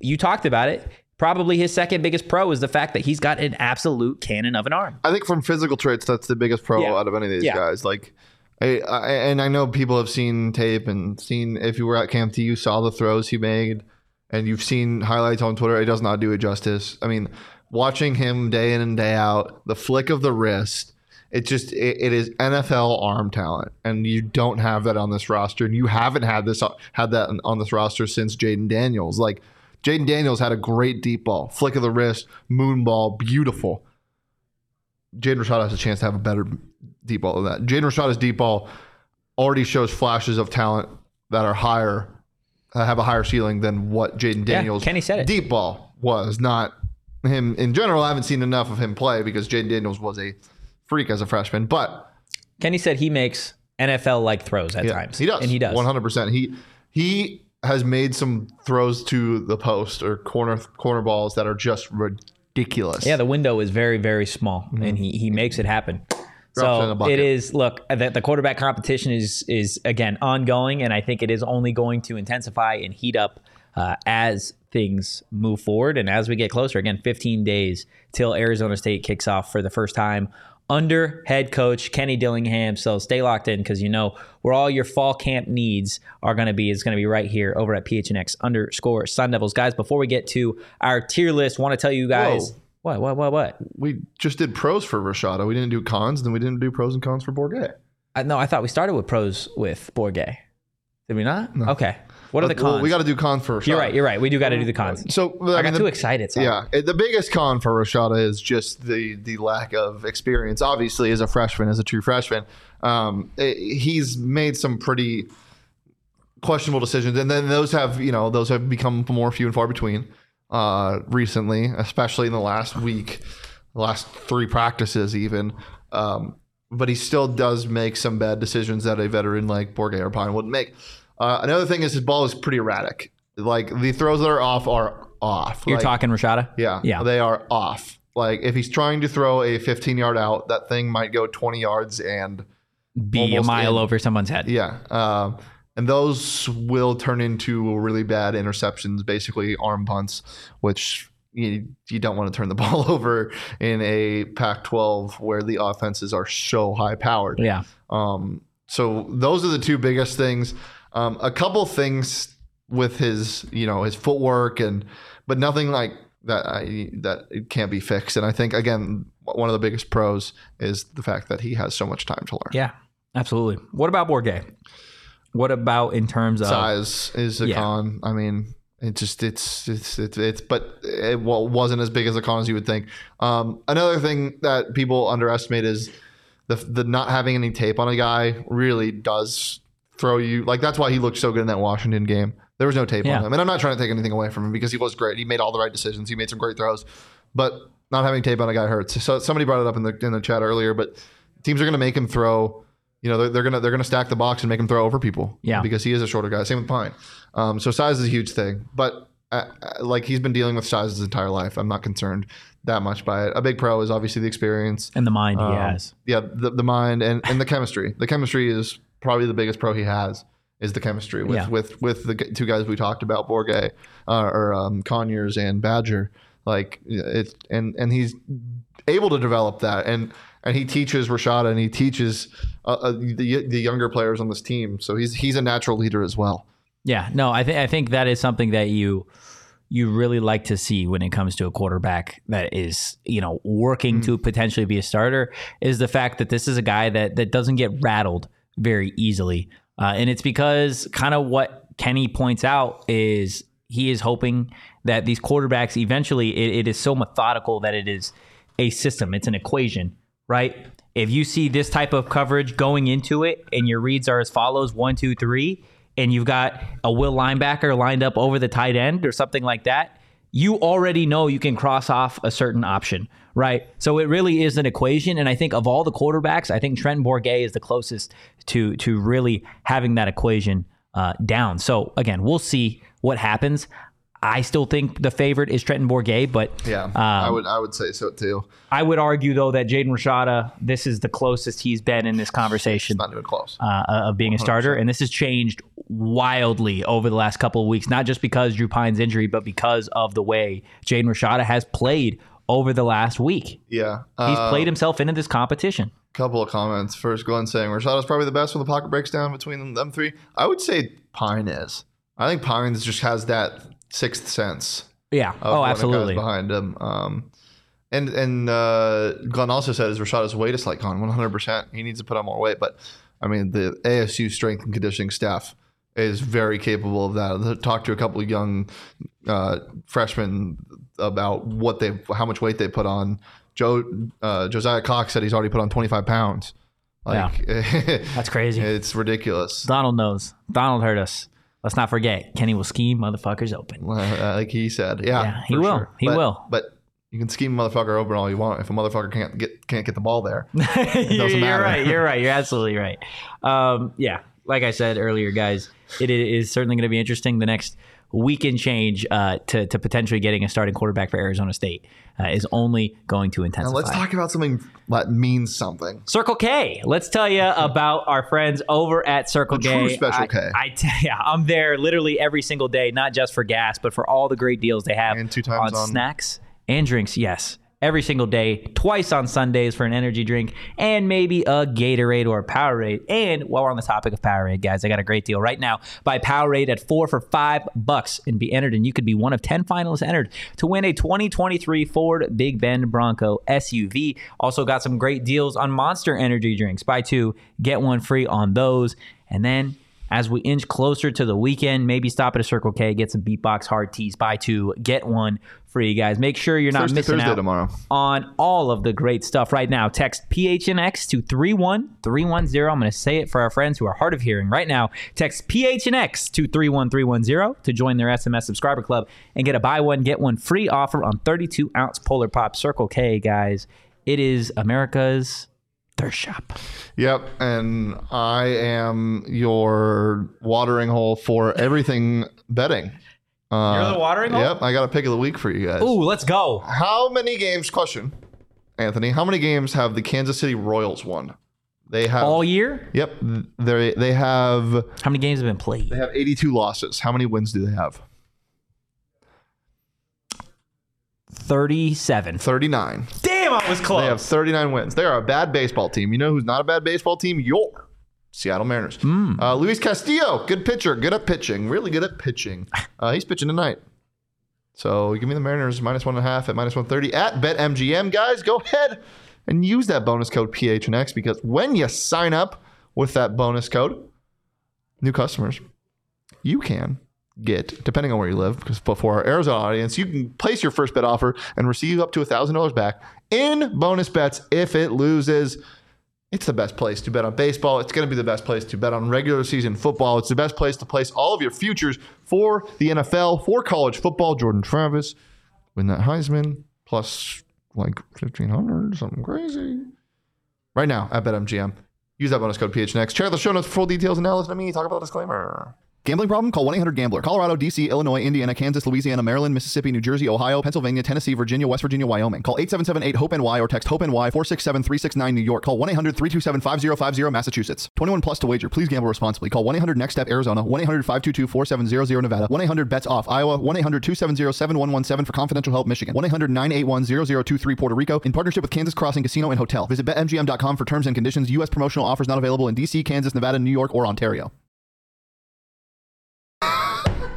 Speaker 1: you talked about it. Probably his second biggest pro is the fact that he's got an absolute cannon of an arm.
Speaker 2: I think from physical traits, that's the biggest pro
Speaker 1: Yeah.
Speaker 2: out of any of these
Speaker 1: Yeah.
Speaker 2: guys. Like, I, I and I know people have seen tape and seen if you were at Camp T, you saw the throws he made, and you've seen highlights on Twitter. It does not do it justice. I mean, watching him day in and day out, the flick of the wrist. It just it, it is NFL arm talent, and you don't have that on this roster, and you haven't had this had that on this roster since Jaden Daniels. Like Jaden Daniels had a great deep ball, flick of the wrist, moon ball, beautiful. Jaden Rashad has a chance to have a better deep ball than that. Jaden Rashada's deep ball already shows flashes of talent that are higher, that have a higher ceiling than what Jaden
Speaker 1: Yeah,
Speaker 2: Daniels'
Speaker 1: Kenny said it.
Speaker 2: deep ball was. Not him in general. I haven't seen enough of him play because Jaden Daniels was a freak as a freshman, but
Speaker 1: Kenny said he makes NFL like throws at
Speaker 2: yeah,
Speaker 1: times.
Speaker 2: he does.
Speaker 1: And he does.
Speaker 2: one hundred percent. He he has made some throws to the post or corner corner balls that are just ridiculous.
Speaker 1: Yeah, the window is very, very small, and he he makes it happen.
Speaker 2: Drops Mm-hmm. in a
Speaker 1: So
Speaker 2: bucket.
Speaker 1: it is. Look, uh, the, the quarterback competition is is again ongoing, and I think it is only going to intensify and heat up uh, as things move forward and as we get closer. Again, 15 days till Arizona State kicks off for the first time under head coach Kenny Dillingham. So stay locked in because you know where all your fall camp needs are going to be is going to be right here over at PHNX underscore Sun Devils, guys. Before we get to our tier list, want to tell you guys.
Speaker 2: Whoa.
Speaker 1: What, what, what, what?
Speaker 2: we just did pros for Rashada. We didn't do cons, then we didn't do pros and cons for Bourget.
Speaker 1: I, no, I thought we started with pros with Borgay. Did we not? Okay. What are the
Speaker 2: But- Uh, well,
Speaker 1: cons?
Speaker 2: we got to do cons for Rashada.
Speaker 1: you're right. You're right. We do got to do the cons.
Speaker 2: So
Speaker 1: I,
Speaker 2: mean,
Speaker 1: got
Speaker 2: the-
Speaker 1: too excited. So.
Speaker 2: Yeah, it- the biggest con for Rashada is just the the lack of experience. Obviously, as a freshman, as a true freshman, um, it- he's made some pretty questionable decisions, and then those have you know those have become more few and far between uh, recently, especially in the last week, last three practices even. Um, but he still does make some bad decisions that a veteran like Borgay or Pine wouldn't make. Uh, another thing is his ball is pretty erratic. Like the throws that are off are off.
Speaker 1: You're
Speaker 2: Like,
Speaker 1: talking Rashada.
Speaker 2: yeah.
Speaker 1: Yeah.
Speaker 2: They are off. Like if he's trying to throw a 15 yard out, that thing might go 20 yards and
Speaker 1: Be a
Speaker 2: almost
Speaker 1: mile
Speaker 2: in.
Speaker 1: over someone's head.
Speaker 2: yeah. Um, and those will turn into really bad interceptions, basically arm punts, which you, you don't want to turn the ball over in a Pac 12 where the offenses are so high powered.
Speaker 1: Yeah.
Speaker 2: Um, so those are the two biggest things. Um, a couple things with his, you know, his footwork and, but nothing like that. I, that it can't be fixed. And I think again, one of the biggest pros is the fact that he has so much time to learn.
Speaker 1: Yeah. Absolutely. What about Borgay? What about in terms of
Speaker 2: Size is a
Speaker 1: yeah.
Speaker 2: con. I mean, it just it's it's it's, it's but it wa- wasn't as big as a con as you would think. Um, another thing that people underestimate is the the not having any tape on a guy really does throw you like that's why he looked so good in that Washington game. There was no tape
Speaker 1: Yeah.
Speaker 2: on him, and I'm not trying to take anything away from him because he was great. He made all the right decisions. He made some great throws, but not having tape on a guy hurts. So somebody brought it up in the in the chat earlier, but teams are going to make him throw. You know, they're, they're gonna they're gonna stack the box and make him throw over people.
Speaker 1: Yeah.
Speaker 2: because he is a shorter guy. Same with Pine. Um, so size is a huge thing, but uh, uh, like he's been dealing with size his entire life. I'm not concerned that much by it. A big pro is obviously the experience
Speaker 1: and the mind he
Speaker 2: um,
Speaker 1: has?
Speaker 2: yeah, the, the mind and, and the chemistry. The chemistry is probably the biggest pro he has is the chemistry with
Speaker 1: Yeah.
Speaker 2: with with the g- two guys we talked about, Borgay uh, or um, Conyers and Badger. Like it's and and he's able to develop that and and he teaches Rashada and he teaches uh, uh, the the younger players on this team. So he's he's a natural leader as well.
Speaker 1: Yeah, no, I think I think that is something that you you really like to see when it comes to a quarterback that is you know working to potentially be a starter is the fact that this is a guy that that doesn't get rattled very easily, uh, and it's because kind of what Kenny points out is he is hoping that these quarterbacks eventually it, it is so methodical that it is a system, it's an equation, right? If you see this type of coverage going into it and your reads are as follows one, two, three, and you've got a will linebacker lined up over the tight end or something like that, you already know you can cross off a certain option, right? So it really is an equation. And I think of all the quarterbacks, I think Trent Bourget is the closest to to really having that equation uh, down. So again, we'll see what happens. I still think the favorite is Trenton Bourget, but
Speaker 2: Yeah,
Speaker 1: um,
Speaker 2: I would I would say so too.
Speaker 1: I would argue though that Jaden Rashada, this is the closest he's been in this conversation
Speaker 2: Not even close.
Speaker 1: uh, of being a starter, and this has changed wildly over the last couple of weeks. Not just because Drew Pine's injury, but because of the way Jaden Rashada has played over the last week.
Speaker 2: Yeah, uh,
Speaker 1: He's played himself into this competition.
Speaker 2: couple of comments. First, Glenn saying Rashada's probably the best when the pocket breaks down between them, them three. I would say Pine is. I think Pine just has that sixth sense.
Speaker 1: Yeah.
Speaker 2: of
Speaker 1: oh,
Speaker 2: when a guy's
Speaker 1: absolutely.
Speaker 2: behind him. Um, and and uh, Glenn also said is Rashada's weight is like on 100. percent He needs to put on more weight, but I mean the ASU strength and conditioning staff is very capable of that. I talked to a couple of young uh, freshmen about what they how much weight they put on. Joe uh, Josiah Cox said he's already put on 25 pounds. Like
Speaker 1: That's crazy.
Speaker 2: it's ridiculous.
Speaker 1: Donald knows. Donald heard us. Let's not forget, Kenny will scheme motherfuckers open.
Speaker 2: Uh, like he said. Yeah,
Speaker 1: Yeah, he
Speaker 2: for
Speaker 1: will.
Speaker 2: sure.
Speaker 1: He
Speaker 2: But-
Speaker 1: will.
Speaker 2: But you can scheme a motherfucker open all you want. If a motherfucker can't get can't get the ball there,
Speaker 1: you're,
Speaker 2: doesn't
Speaker 1: you're
Speaker 2: matter.
Speaker 1: right. You're right. You're absolutely right. Um, yeah, like I said earlier, guys, it i- is certainly going to be interesting the next week and change uh, to to potentially getting a starting quarterback for Arizona State uh, is only going to
Speaker 2: now
Speaker 1: intensify.
Speaker 2: let's talk about something that means something.
Speaker 1: Circle K. Let's tell you about our friends over at Circle
Speaker 2: The
Speaker 1: K.
Speaker 2: true Special
Speaker 1: I-
Speaker 2: K.
Speaker 1: I t- yeah, I'm there literally every single day, not just for gas, but for all the great deals they have
Speaker 2: And two times
Speaker 1: on
Speaker 2: on-
Speaker 1: snacks and drinks. Yes, every single day, twice on Sundays for an energy drink and maybe a Gatorade or a Powerade. And while we're on the topic of Powerade, guys, I got a great deal right now. Buy Powerade at four for five bucks and be entered, and you could be one of ten finalists entered to win a 2023 Ford Big Bend Bronco SUV. Also got some great deals on Monster energy drinks. Buy two, get one free on those, and then. As we inch closer to the weekend, maybe stop at a Circle K, get some beatbox hard teas, buy two, get one free, guys. Make sure you're not
Speaker 2: Thursday,
Speaker 1: missing
Speaker 2: Thursday
Speaker 1: out
Speaker 2: tomorrow.
Speaker 1: on all of the great stuff right now. Text PHNX to 31310. I'm going to say it for our friends who are hard of hearing right now. Text PHNX to 31310 to join their SMS subscriber club and get a buy one, get one free offer on 32 ounce Polar Pop Circle K, guys. It is America's thirst shop.
Speaker 2: Yep, and I am your watering hole for everything betting. Uh,
Speaker 1: You're the watering hole?
Speaker 2: Yep, I got a pick of the week for you guys.
Speaker 1: Ooh, let's go.
Speaker 2: How many games? Question, Anthony. How many games have the Kansas City Royals won? They have.
Speaker 1: All year?
Speaker 2: yep, they they have
Speaker 1: How many games have been played?
Speaker 2: They have 82 losses. How many wins do they have?
Speaker 1: 37.
Speaker 2: 39.
Speaker 1: Damn, I was close.
Speaker 2: They have 39 wins. They are a bad baseball team. You know who's not a bad baseball team? Your Seattle Mariners. Uh, Luis Castillo, good pitcher, good at pitching, really good at pitching. Uh, he's pitching tonight. So give me the Mariners minus one and a half at minus 130 at BetMGM. Guys, go ahead and use that bonus code PHNX because when you sign up with that bonus code, new customers, you can get, depending on where you live, because but for our Arizona audience, you can place your first bet offer and receive up to $1,000 back in bonus bets if it loses. It's the best place to bet on baseball. It's going to be the best place to bet on regular season football. It's the best place to place all of your futures for the NFL, for college football. Jordan Travis win that Heisman plus like 1500 something crazy. Right now at BetMGM. Use that bonus code PHNX. Check out the show notes for full details. And now listen to me talk about the disclaimer. Gambling problem? Call 1 800 Gambler. Colorado, D.C., Illinois, Indiana, Kansas, Louisiana, Maryland, Mississippi, New Jersey, Ohio, Pennsylvania, Tennessee, Virginia, West Virginia, Wyoming. Call 877 8 HOPE NY or text HOPE NY 467 369 New York. Call 1 800 327 5050 Massachusetts. 21 plus to wager. Please gamble responsibly. Call 1 800 NEXT STEP Arizona, 1 800 522 4700 Nevada, 1 800 BETS OFF Iowa, 1 800 270 7117 for confidential help Michigan, 1 800 981 0023 Puerto Rico in partnership with Kansas Crossing Casino and Hotel. Visit BetMGM.com for terms and conditions. U.S. promotional offers not available in D.C., Kansas, Nevada, New York, or Ontario.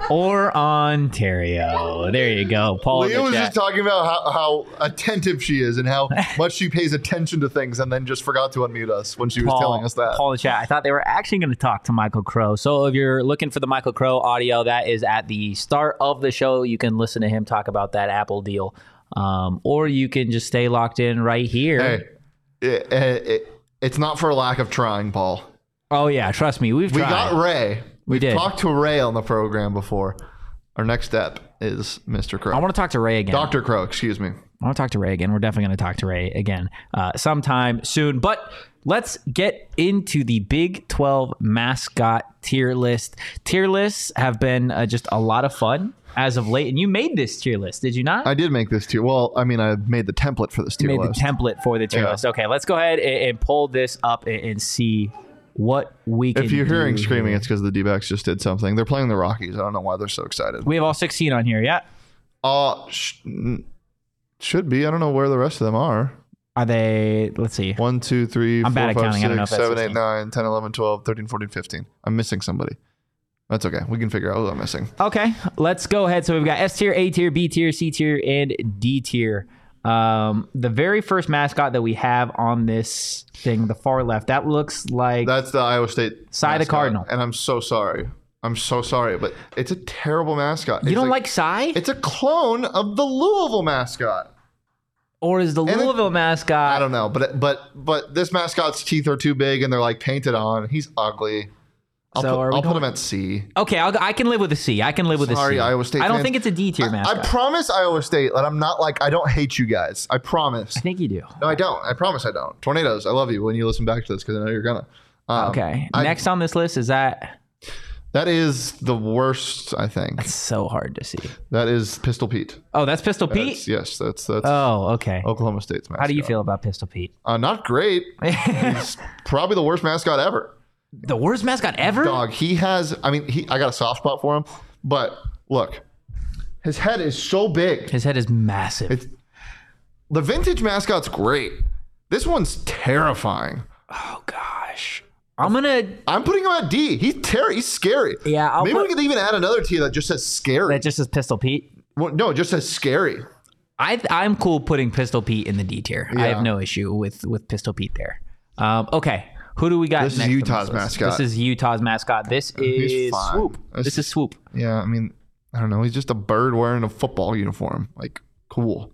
Speaker 1: or Ontario. There you go. Paul in
Speaker 2: Leah
Speaker 1: the
Speaker 2: was
Speaker 1: chat.
Speaker 2: just talking about how, how attentive she is and how much she pays attention to things, and then just forgot to unmute us when she was telling us that.
Speaker 1: Paul in the chat. I thought they were actually going to talk to Michael Crow. So if you're looking for the Michael Crow audio, that is at the start of the show. You can listen to him talk about that Apple deal. Um, or you can just stay locked in right here.
Speaker 2: Hey, it, it- it- it's not for lack of trying, Paul.
Speaker 1: Oh yeah, trust me, we've
Speaker 2: We
Speaker 1: tried.
Speaker 2: got Ray.
Speaker 1: We did.
Speaker 2: Talked to Ray on the program before. Our next step is Mr. Crow.
Speaker 1: I want to talk to Ray again.
Speaker 2: Dr. Crow, excuse me.
Speaker 1: I want to talk to Ray again. We're definitely going to talk to Ray again uh, sometime soon. But let's get into the Big 12 mascot tier list. Tier lists have been uh, just a lot of fun as of late. And you made this tier list, did you not?
Speaker 2: I did make this tier. Well, I mean, I made the template for this tier
Speaker 1: made
Speaker 2: list.
Speaker 1: the template for the tier
Speaker 2: Yeah.
Speaker 1: list. Okay, let's go ahead and, and pull this up and, and see what we can
Speaker 2: if you're
Speaker 1: do
Speaker 2: hearing
Speaker 1: here.
Speaker 2: screaming, it's because the D-backs just did something. They're playing the Rockies. I don't know why they're so excited.
Speaker 1: We have all 16 on here, yeah?
Speaker 2: Uh, sh- n- should be. I don't know where the rest of them are.
Speaker 1: Are they, let's see.
Speaker 2: One, two, three,
Speaker 1: I'm
Speaker 2: four,
Speaker 1: bad at
Speaker 2: five,
Speaker 1: counting. I don't know
Speaker 2: six,
Speaker 1: if that's
Speaker 2: seven,
Speaker 1: 16.
Speaker 2: eight, nine, 10, 11, 12, 13, 14, 15. I'm missing somebody. That's okay. We can figure out who I'm missing.
Speaker 1: Okay, let's go ahead. So we've got S tier, A tier, B tier, C tier, and D tier. Um, the very first mascot that we have on this thing, the far left, that looks like
Speaker 2: That's the Iowa State
Speaker 1: Cy the
Speaker 2: mascot,
Speaker 1: Cardinal.
Speaker 2: and I'm so sorry. I'm so sorry, but it's a terrible mascot.
Speaker 1: you
Speaker 2: It's
Speaker 1: don't
Speaker 2: a-
Speaker 1: like Psy,
Speaker 2: It's a clone of the Louisville mascot.
Speaker 1: or is the
Speaker 2: it-
Speaker 1: Louisville mascot?
Speaker 2: I don't know, but but but this mascot's teeth are too big and they're like painted on. He's ugly. I'll,
Speaker 1: So
Speaker 2: put,
Speaker 1: are we
Speaker 2: I'll put
Speaker 1: going-
Speaker 2: him at C.
Speaker 1: Okay, I'll, I can live with a C. I can live with
Speaker 2: Sorry,
Speaker 1: a C.
Speaker 2: Iowa State
Speaker 1: I don't
Speaker 2: fans.
Speaker 1: think it's a D tier mascot.
Speaker 2: I
Speaker 1: I,
Speaker 2: promise Iowa State that I'm not like I don't hate you guys. I promise.
Speaker 1: think you do.
Speaker 2: No, I don't. I promise I don't. Tornadoes, I love you when you listen back to this because I know you're gonna. Um,
Speaker 1: Okay,
Speaker 2: I-
Speaker 1: next on this list is that.
Speaker 2: That is the worst. I think
Speaker 1: It's so hard to see.
Speaker 2: that is Pistol Pete.
Speaker 1: Oh, that's Pistol
Speaker 2: That's,
Speaker 1: Pete.
Speaker 2: yes, that's that's
Speaker 1: Oh, okay.
Speaker 2: Oklahoma State's mascot.
Speaker 1: How do you feel about Pistol Pete?
Speaker 2: Uh, not great. He's probably the worst mascot ever.
Speaker 1: The worst mascot ever.
Speaker 2: Dog. He has. I mean, he. I got a soft spot for him, but look, his head is so big.
Speaker 1: His head is massive.
Speaker 2: It's- The vintage mascot's great. This one's terrifying.
Speaker 1: oh gosh, I'm gonna
Speaker 2: I'm putting him at D. He's ter- He's scary.
Speaker 1: Yeah, I'll
Speaker 2: Maybe
Speaker 1: put-
Speaker 2: we could even add another tier that just says scary.
Speaker 1: That just is Pistol Pete.
Speaker 2: Well, no, it just says scary.
Speaker 1: I I'm cool putting Pistol Pete in the D tier. I have
Speaker 2: Yeah.
Speaker 1: no issue with with Pistol Pete there. Um, okay, who do we got?
Speaker 2: This is
Speaker 1: next on
Speaker 2: Utah's
Speaker 1: list?
Speaker 2: mascot.
Speaker 1: This is Utah's mascot. This is
Speaker 2: fine.
Speaker 1: Swoop.
Speaker 2: This
Speaker 1: This is Swoop.
Speaker 2: Yeah, I mean, I don't know. He's just a bird wearing a football uniform. Like, cool.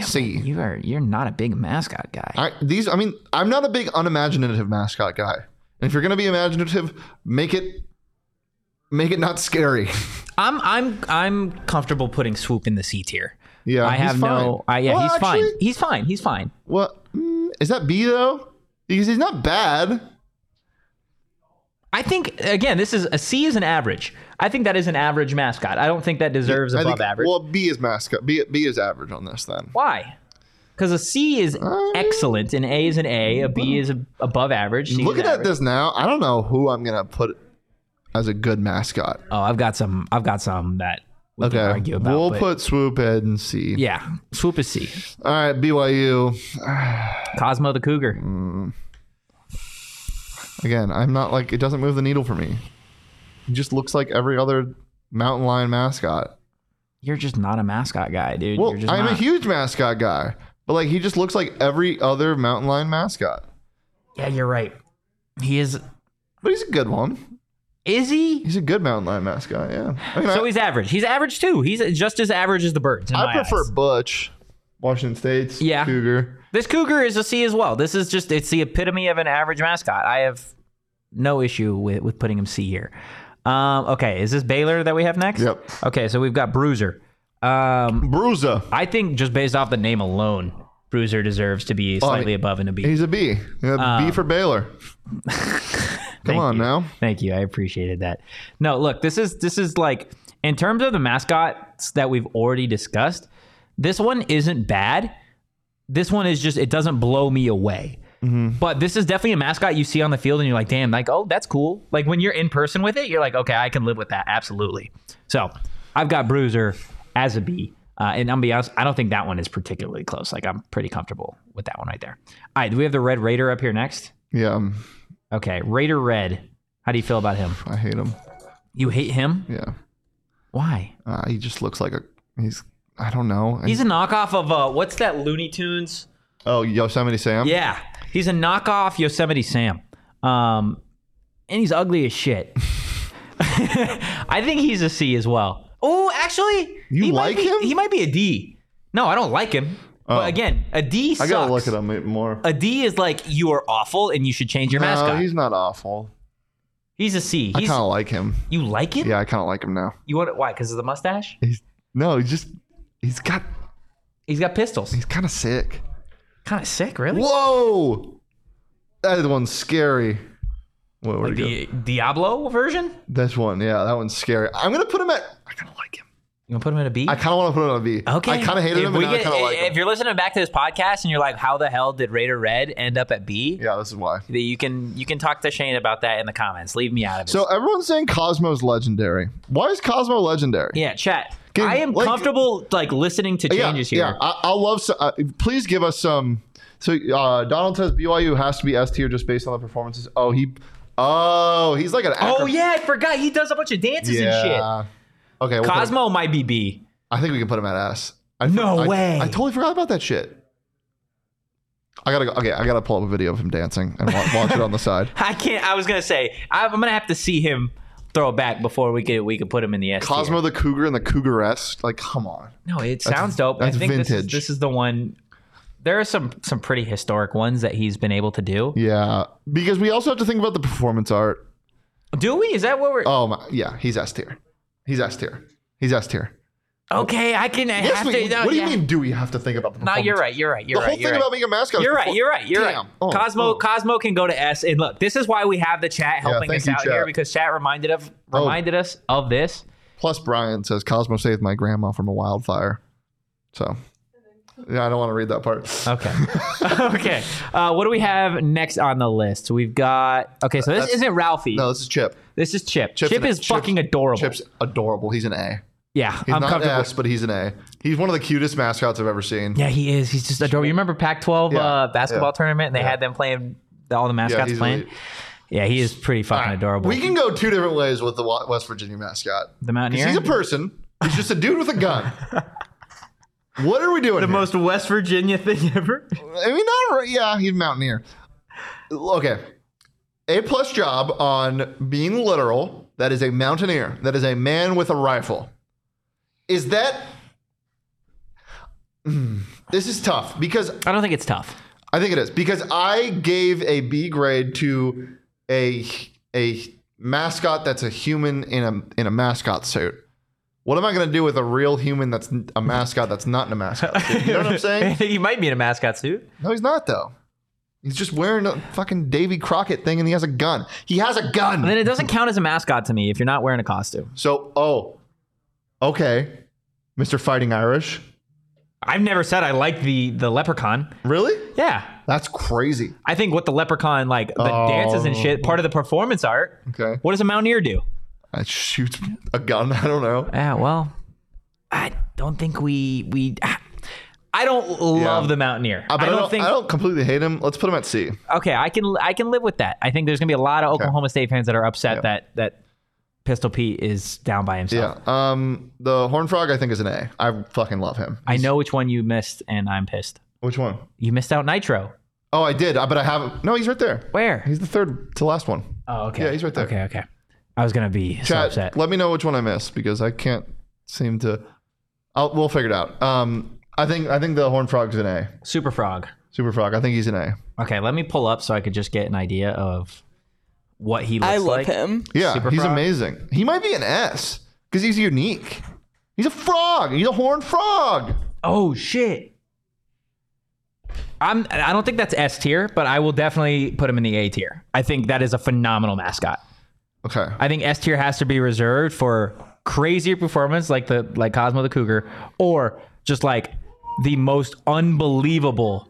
Speaker 2: C.
Speaker 1: You are you're not a big mascot guy.
Speaker 2: I these. I mean, I'm not a big unimaginative mascot guy. And if you're gonna be imaginative, make it make it not scary.
Speaker 1: I'm I'm I'm comfortable putting Swoop in the C tier.
Speaker 2: yeah,
Speaker 1: I
Speaker 2: he's
Speaker 1: have no.
Speaker 2: fine.
Speaker 1: I, yeah,
Speaker 2: Well,
Speaker 1: he's fine.
Speaker 2: actually-
Speaker 1: He's fine. He's fine.
Speaker 2: Well, mm, is that B though? Because he's not bad.
Speaker 1: I think again, this is a C is an average. I think that is an average mascot. I don't think that deserves
Speaker 2: I
Speaker 1: above
Speaker 2: think-
Speaker 1: average.
Speaker 2: Well, B is mascot. B B is average on this then.
Speaker 1: Why? Because a C is
Speaker 2: Uh,
Speaker 1: excellent, an A is an A, a B is a, above average. C is
Speaker 2: Looking at
Speaker 1: average.
Speaker 2: this now, I don't know who I'm gonna put as a good mascot.
Speaker 1: Oh, I've got some. I've got some that we
Speaker 2: Okay,
Speaker 1: can argue about.
Speaker 2: we'll
Speaker 1: but
Speaker 2: put Swoop Ed and C.
Speaker 1: yeah, swoop is C.
Speaker 2: All right, BYU.
Speaker 1: Cosmo the Cougar.
Speaker 2: Again, I'm not like it doesn't move the needle for me. It just looks like every other mountain lion mascot.
Speaker 1: You're just not a mascot guy, dude.
Speaker 2: Well,
Speaker 1: You're just
Speaker 2: I'm a
Speaker 1: not.
Speaker 2: huge mascot guy, but like he just looks like every other mountain lion mascot.
Speaker 1: yeah, you're right. He is.
Speaker 2: But he's a good one.
Speaker 1: Is he?
Speaker 2: He's a good mountain lion mascot. Yeah. I, mean,
Speaker 1: So
Speaker 2: I,
Speaker 1: he's average. He's average too. He's just as average as the birds. in
Speaker 2: I
Speaker 1: my
Speaker 2: prefer
Speaker 1: eyes.
Speaker 2: Butch, Washington State's
Speaker 1: Yeah.
Speaker 2: cougar.
Speaker 1: This cougar is a C as well. This is just it's the epitome of an average mascot. I have no issue with, with putting him C here. Um, okay, is this Baylor that we have next?
Speaker 2: Yep.
Speaker 1: Okay, so we've got Bruiser. Um,
Speaker 2: Bruza.
Speaker 1: I think just based off the name alone, Bruiser deserves to be
Speaker 2: I
Speaker 1: slightly
Speaker 2: mean,
Speaker 1: above and a B.
Speaker 2: He's a B. Yeah, B for Baylor. Come
Speaker 1: Ah. Thank
Speaker 2: on
Speaker 1: you.
Speaker 2: now.
Speaker 1: Thank you. I appreciated that. No, look, this is this is like in terms of the mascots that we've already discussed, this one isn't bad. This one is just it doesn't blow me away. But this is definitely a mascot you see on the field and you're like, "Damn, like oh, that's cool." Like when you're in person with it, you're like, "Okay, I can live with that." Absolutely. So, I've got Bruiser as a B. Uh, and I'm gonna be honest, I don't think that one is particularly close. Like I'm pretty comfortable with that one right there. All right, do we have the Red Raider up here next?
Speaker 2: Yeah, um,
Speaker 1: Okay, Raider Red. How do you feel about him?
Speaker 2: I hate him.
Speaker 1: You hate him?
Speaker 2: Yeah.
Speaker 1: Why?
Speaker 2: Uh, he just looks like a he's I don't know.
Speaker 1: He's a knockoff of uh, what's that Looney Tunes?
Speaker 2: oh Yosemite Sam.
Speaker 1: Yeah, he's a knockoff Yosemite Sam. Um, and he's ugly as shit. I think he's a C as well. Oh, actually,
Speaker 2: You
Speaker 1: he might
Speaker 2: like
Speaker 1: be-
Speaker 2: him? Oh.
Speaker 1: He might be a D. No, I don't like him. But again, a D.
Speaker 2: I gotta
Speaker 1: sucks.
Speaker 2: look at him more.
Speaker 1: A D is like you are awful and you should change your
Speaker 2: No,
Speaker 1: mascot.
Speaker 2: he's not awful.
Speaker 1: He's a C.
Speaker 2: I
Speaker 1: He's,
Speaker 2: kind of like him.
Speaker 1: you like him?
Speaker 2: Yeah, I kind of like him now.
Speaker 1: You want it? Why? Because of the mustache?
Speaker 2: He's no, he's just he's got
Speaker 1: He's got pistols.
Speaker 2: he's kind of sick.
Speaker 1: Kind of sick, really.
Speaker 2: Whoa, that one's scary. Wait, where'd
Speaker 1: Like
Speaker 2: it go?
Speaker 1: the Diablo version? You
Speaker 2: This one, yeah, that one's scary. I'm gonna put him at. I kind of like him.
Speaker 1: gonna put him in a B?
Speaker 2: I kind of want to put him on a B.
Speaker 1: okay.
Speaker 2: I kind of hated
Speaker 1: If
Speaker 2: him,
Speaker 1: we
Speaker 2: and now I
Speaker 1: get-
Speaker 2: kind of like
Speaker 1: if
Speaker 2: him.
Speaker 1: you're listening back to this podcast and you're like, "How the hell did Raider Red end up at B?"
Speaker 2: Yeah, this is why.
Speaker 1: That you can you can talk to Shane about that in the comments. Leave me out of it.
Speaker 2: So everyone's saying Cosmo's legendary. Why is Cosmo legendary?
Speaker 1: yeah, chat.
Speaker 2: Can-
Speaker 1: I am
Speaker 2: like-
Speaker 1: comfortable like listening to
Speaker 2: yeah,
Speaker 1: changes
Speaker 2: yeah.
Speaker 1: here.
Speaker 2: I, I'll love. So, uh, please give us some. So uh, Donald says BYU has to be S tier just based on the performances. Oh, he. Oh, he's like an.
Speaker 1: Oh
Speaker 2: acro-
Speaker 1: yeah, I forgot he does a bunch of dances and
Speaker 2: Yeah. Okay.
Speaker 1: shit.
Speaker 2: we'll put him-
Speaker 1: Cosmo might be B.
Speaker 2: I think we can put him at S. I,
Speaker 1: No
Speaker 2: I-
Speaker 1: way.
Speaker 2: I totally forgot about that shit. I gotta go. Okay, I gotta pull up a video of him dancing and wa- watch it on the side.
Speaker 1: I can't. I was gonna say I, I'm gonna have to see him throw it back before we could we could put him in the S. tier.
Speaker 2: Cosmo the Cougar and the Cougaress. Like, come on.
Speaker 1: No, it sounds dope.
Speaker 2: that's
Speaker 1: I think This, is,
Speaker 2: vintage.
Speaker 1: this is the one. There are some some pretty historic ones that he's been able to do.
Speaker 2: Yeah, because we also have to think about the performance art.
Speaker 1: Do we? Is that what we're?
Speaker 2: Oh my, yeah, he's S tier. He's S tier. He's S tier.
Speaker 1: okay, I can. I
Speaker 2: Yes,
Speaker 1: have
Speaker 2: we,
Speaker 1: to, no,
Speaker 2: what do you
Speaker 1: yeah.
Speaker 2: mean? Do we have to think about the?
Speaker 1: No,
Speaker 2: Performance?
Speaker 1: you're right. You're right. You're
Speaker 2: The
Speaker 1: right.
Speaker 2: whole
Speaker 1: you're
Speaker 2: thing
Speaker 1: right.
Speaker 2: about being a mascot. is
Speaker 1: You're right.
Speaker 2: perform-
Speaker 1: You're right. You're
Speaker 2: Damn.
Speaker 1: right.
Speaker 2: Oh,
Speaker 1: Cosmo,
Speaker 2: oh.
Speaker 1: Cosmo can go to S. And look, this is why we have the chat helping
Speaker 2: thank
Speaker 1: us
Speaker 2: you,
Speaker 1: out
Speaker 2: chat.
Speaker 1: here because chat reminded of
Speaker 2: Oh.
Speaker 1: reminded us of this.
Speaker 2: Plus, Brian says Cosmo saved my grandma from a wildfire. So, yeah, I don't want to read that part.
Speaker 1: Okay. okay. Uh, what do we have next on the list? We've got okay. So this isn't Ralphie.
Speaker 2: No, this is Chip.
Speaker 1: This is Chip.
Speaker 2: Chip's
Speaker 1: Chip
Speaker 2: an-
Speaker 1: is
Speaker 2: Chip's-
Speaker 1: fucking adorable.
Speaker 2: Chip's adorable. He's an A.
Speaker 1: yeah,
Speaker 2: He's
Speaker 1: I'm
Speaker 2: not an
Speaker 1: comfortable.
Speaker 2: S, but he's an A. He's one of the cutest mascots I've ever seen.
Speaker 1: Yeah, he is. He's just adorable. You remember Pac-12
Speaker 2: Yeah,
Speaker 1: uh, basketball
Speaker 2: yeah,
Speaker 1: tournament, and they had them playing all the mascots
Speaker 2: he's
Speaker 1: playing.
Speaker 2: really-
Speaker 1: yeah, he is pretty fucking adorable.
Speaker 2: We can go two different ways with the Wa- West Virginia mascot.
Speaker 1: the
Speaker 2: 'Cause
Speaker 1: Mountaineer.
Speaker 2: He's a person. He's just a dude with a gun. What are we doing?
Speaker 1: the
Speaker 2: here?
Speaker 1: most West Virginia thing ever.
Speaker 2: I mean, not re- yeah. He's a mountaineer. Okay, a plus job on being literal. That is a mountaineer. That is a man with a rifle. Is that? Hmm, this is tough because
Speaker 1: I don't think it's tough.
Speaker 2: I think it is because I gave a B grade to a a mascot that's a human in a in a mascot suit. What am I going to do with a real human that's n- a mascot that's not in a mascot suit? You know what I'm saying?
Speaker 1: he might be in a mascot suit.
Speaker 2: No, he's not though. He's just wearing a fucking Davy Crockett thing and he has a gun. He has a
Speaker 1: And then
Speaker 2: gun.
Speaker 1: it doesn't count as a mascot to me if you're not wearing a costume.
Speaker 2: So, oh. Okay. Mr. Fighting Irish.
Speaker 1: I've never said I like the the leprechaun.
Speaker 2: Really?
Speaker 1: Yeah,
Speaker 2: That's crazy.
Speaker 1: I think what the leprechaun like the
Speaker 2: Oh.
Speaker 1: dances and shit part of the performance art.
Speaker 2: Okay.
Speaker 1: What does a mountaineer do?
Speaker 2: I shoot a gun. I don't know.
Speaker 1: Yeah, well, I don't think we we. I don't love the Mountaineer.
Speaker 2: Uh, but
Speaker 1: I don't think.
Speaker 2: I don't completely hate him. Let's put him at C.
Speaker 1: okay, I can I can live with that. I think there's gonna be a lot of Oklahoma State fans that are upset that that Pistol Pete is down by himself.
Speaker 2: Yeah. Um, the Horn Frog, I think, is an A. I fucking love him.
Speaker 1: I know which one you missed, and I'm pissed.
Speaker 2: Which one?
Speaker 1: You missed out Nitro.
Speaker 2: Oh, I did. I But I haven't. No, he's right there.
Speaker 1: Where?
Speaker 2: He's the third to last one.
Speaker 1: oh, okay.
Speaker 2: Yeah, he's right there.
Speaker 1: Okay, okay. I was gonna be so
Speaker 2: Chat,
Speaker 1: upset.
Speaker 2: let me know which one I missed because I can't seem to. I'll, we'll figure it out. Um, I think I think the Horn Frog's an A.
Speaker 1: Super Frog.
Speaker 2: Super Frog, I think he's an A.
Speaker 1: Okay, let me pull up so I could just get an idea of what he looks
Speaker 6: I love
Speaker 1: like.
Speaker 6: him.
Speaker 2: Yeah,
Speaker 1: Super
Speaker 2: he's
Speaker 1: Frog?
Speaker 2: amazing. He might be an S because he's unique. He's a frog. He's a horn frog.
Speaker 1: Oh shit. I'm I don't think that's S tier, but I will definitely put him in the A tier. I think that is a phenomenal mascot.
Speaker 2: Okay.
Speaker 1: I think S tier has to be reserved for crazier performance like the like Cosmo the Cougar or just like the most unbelievable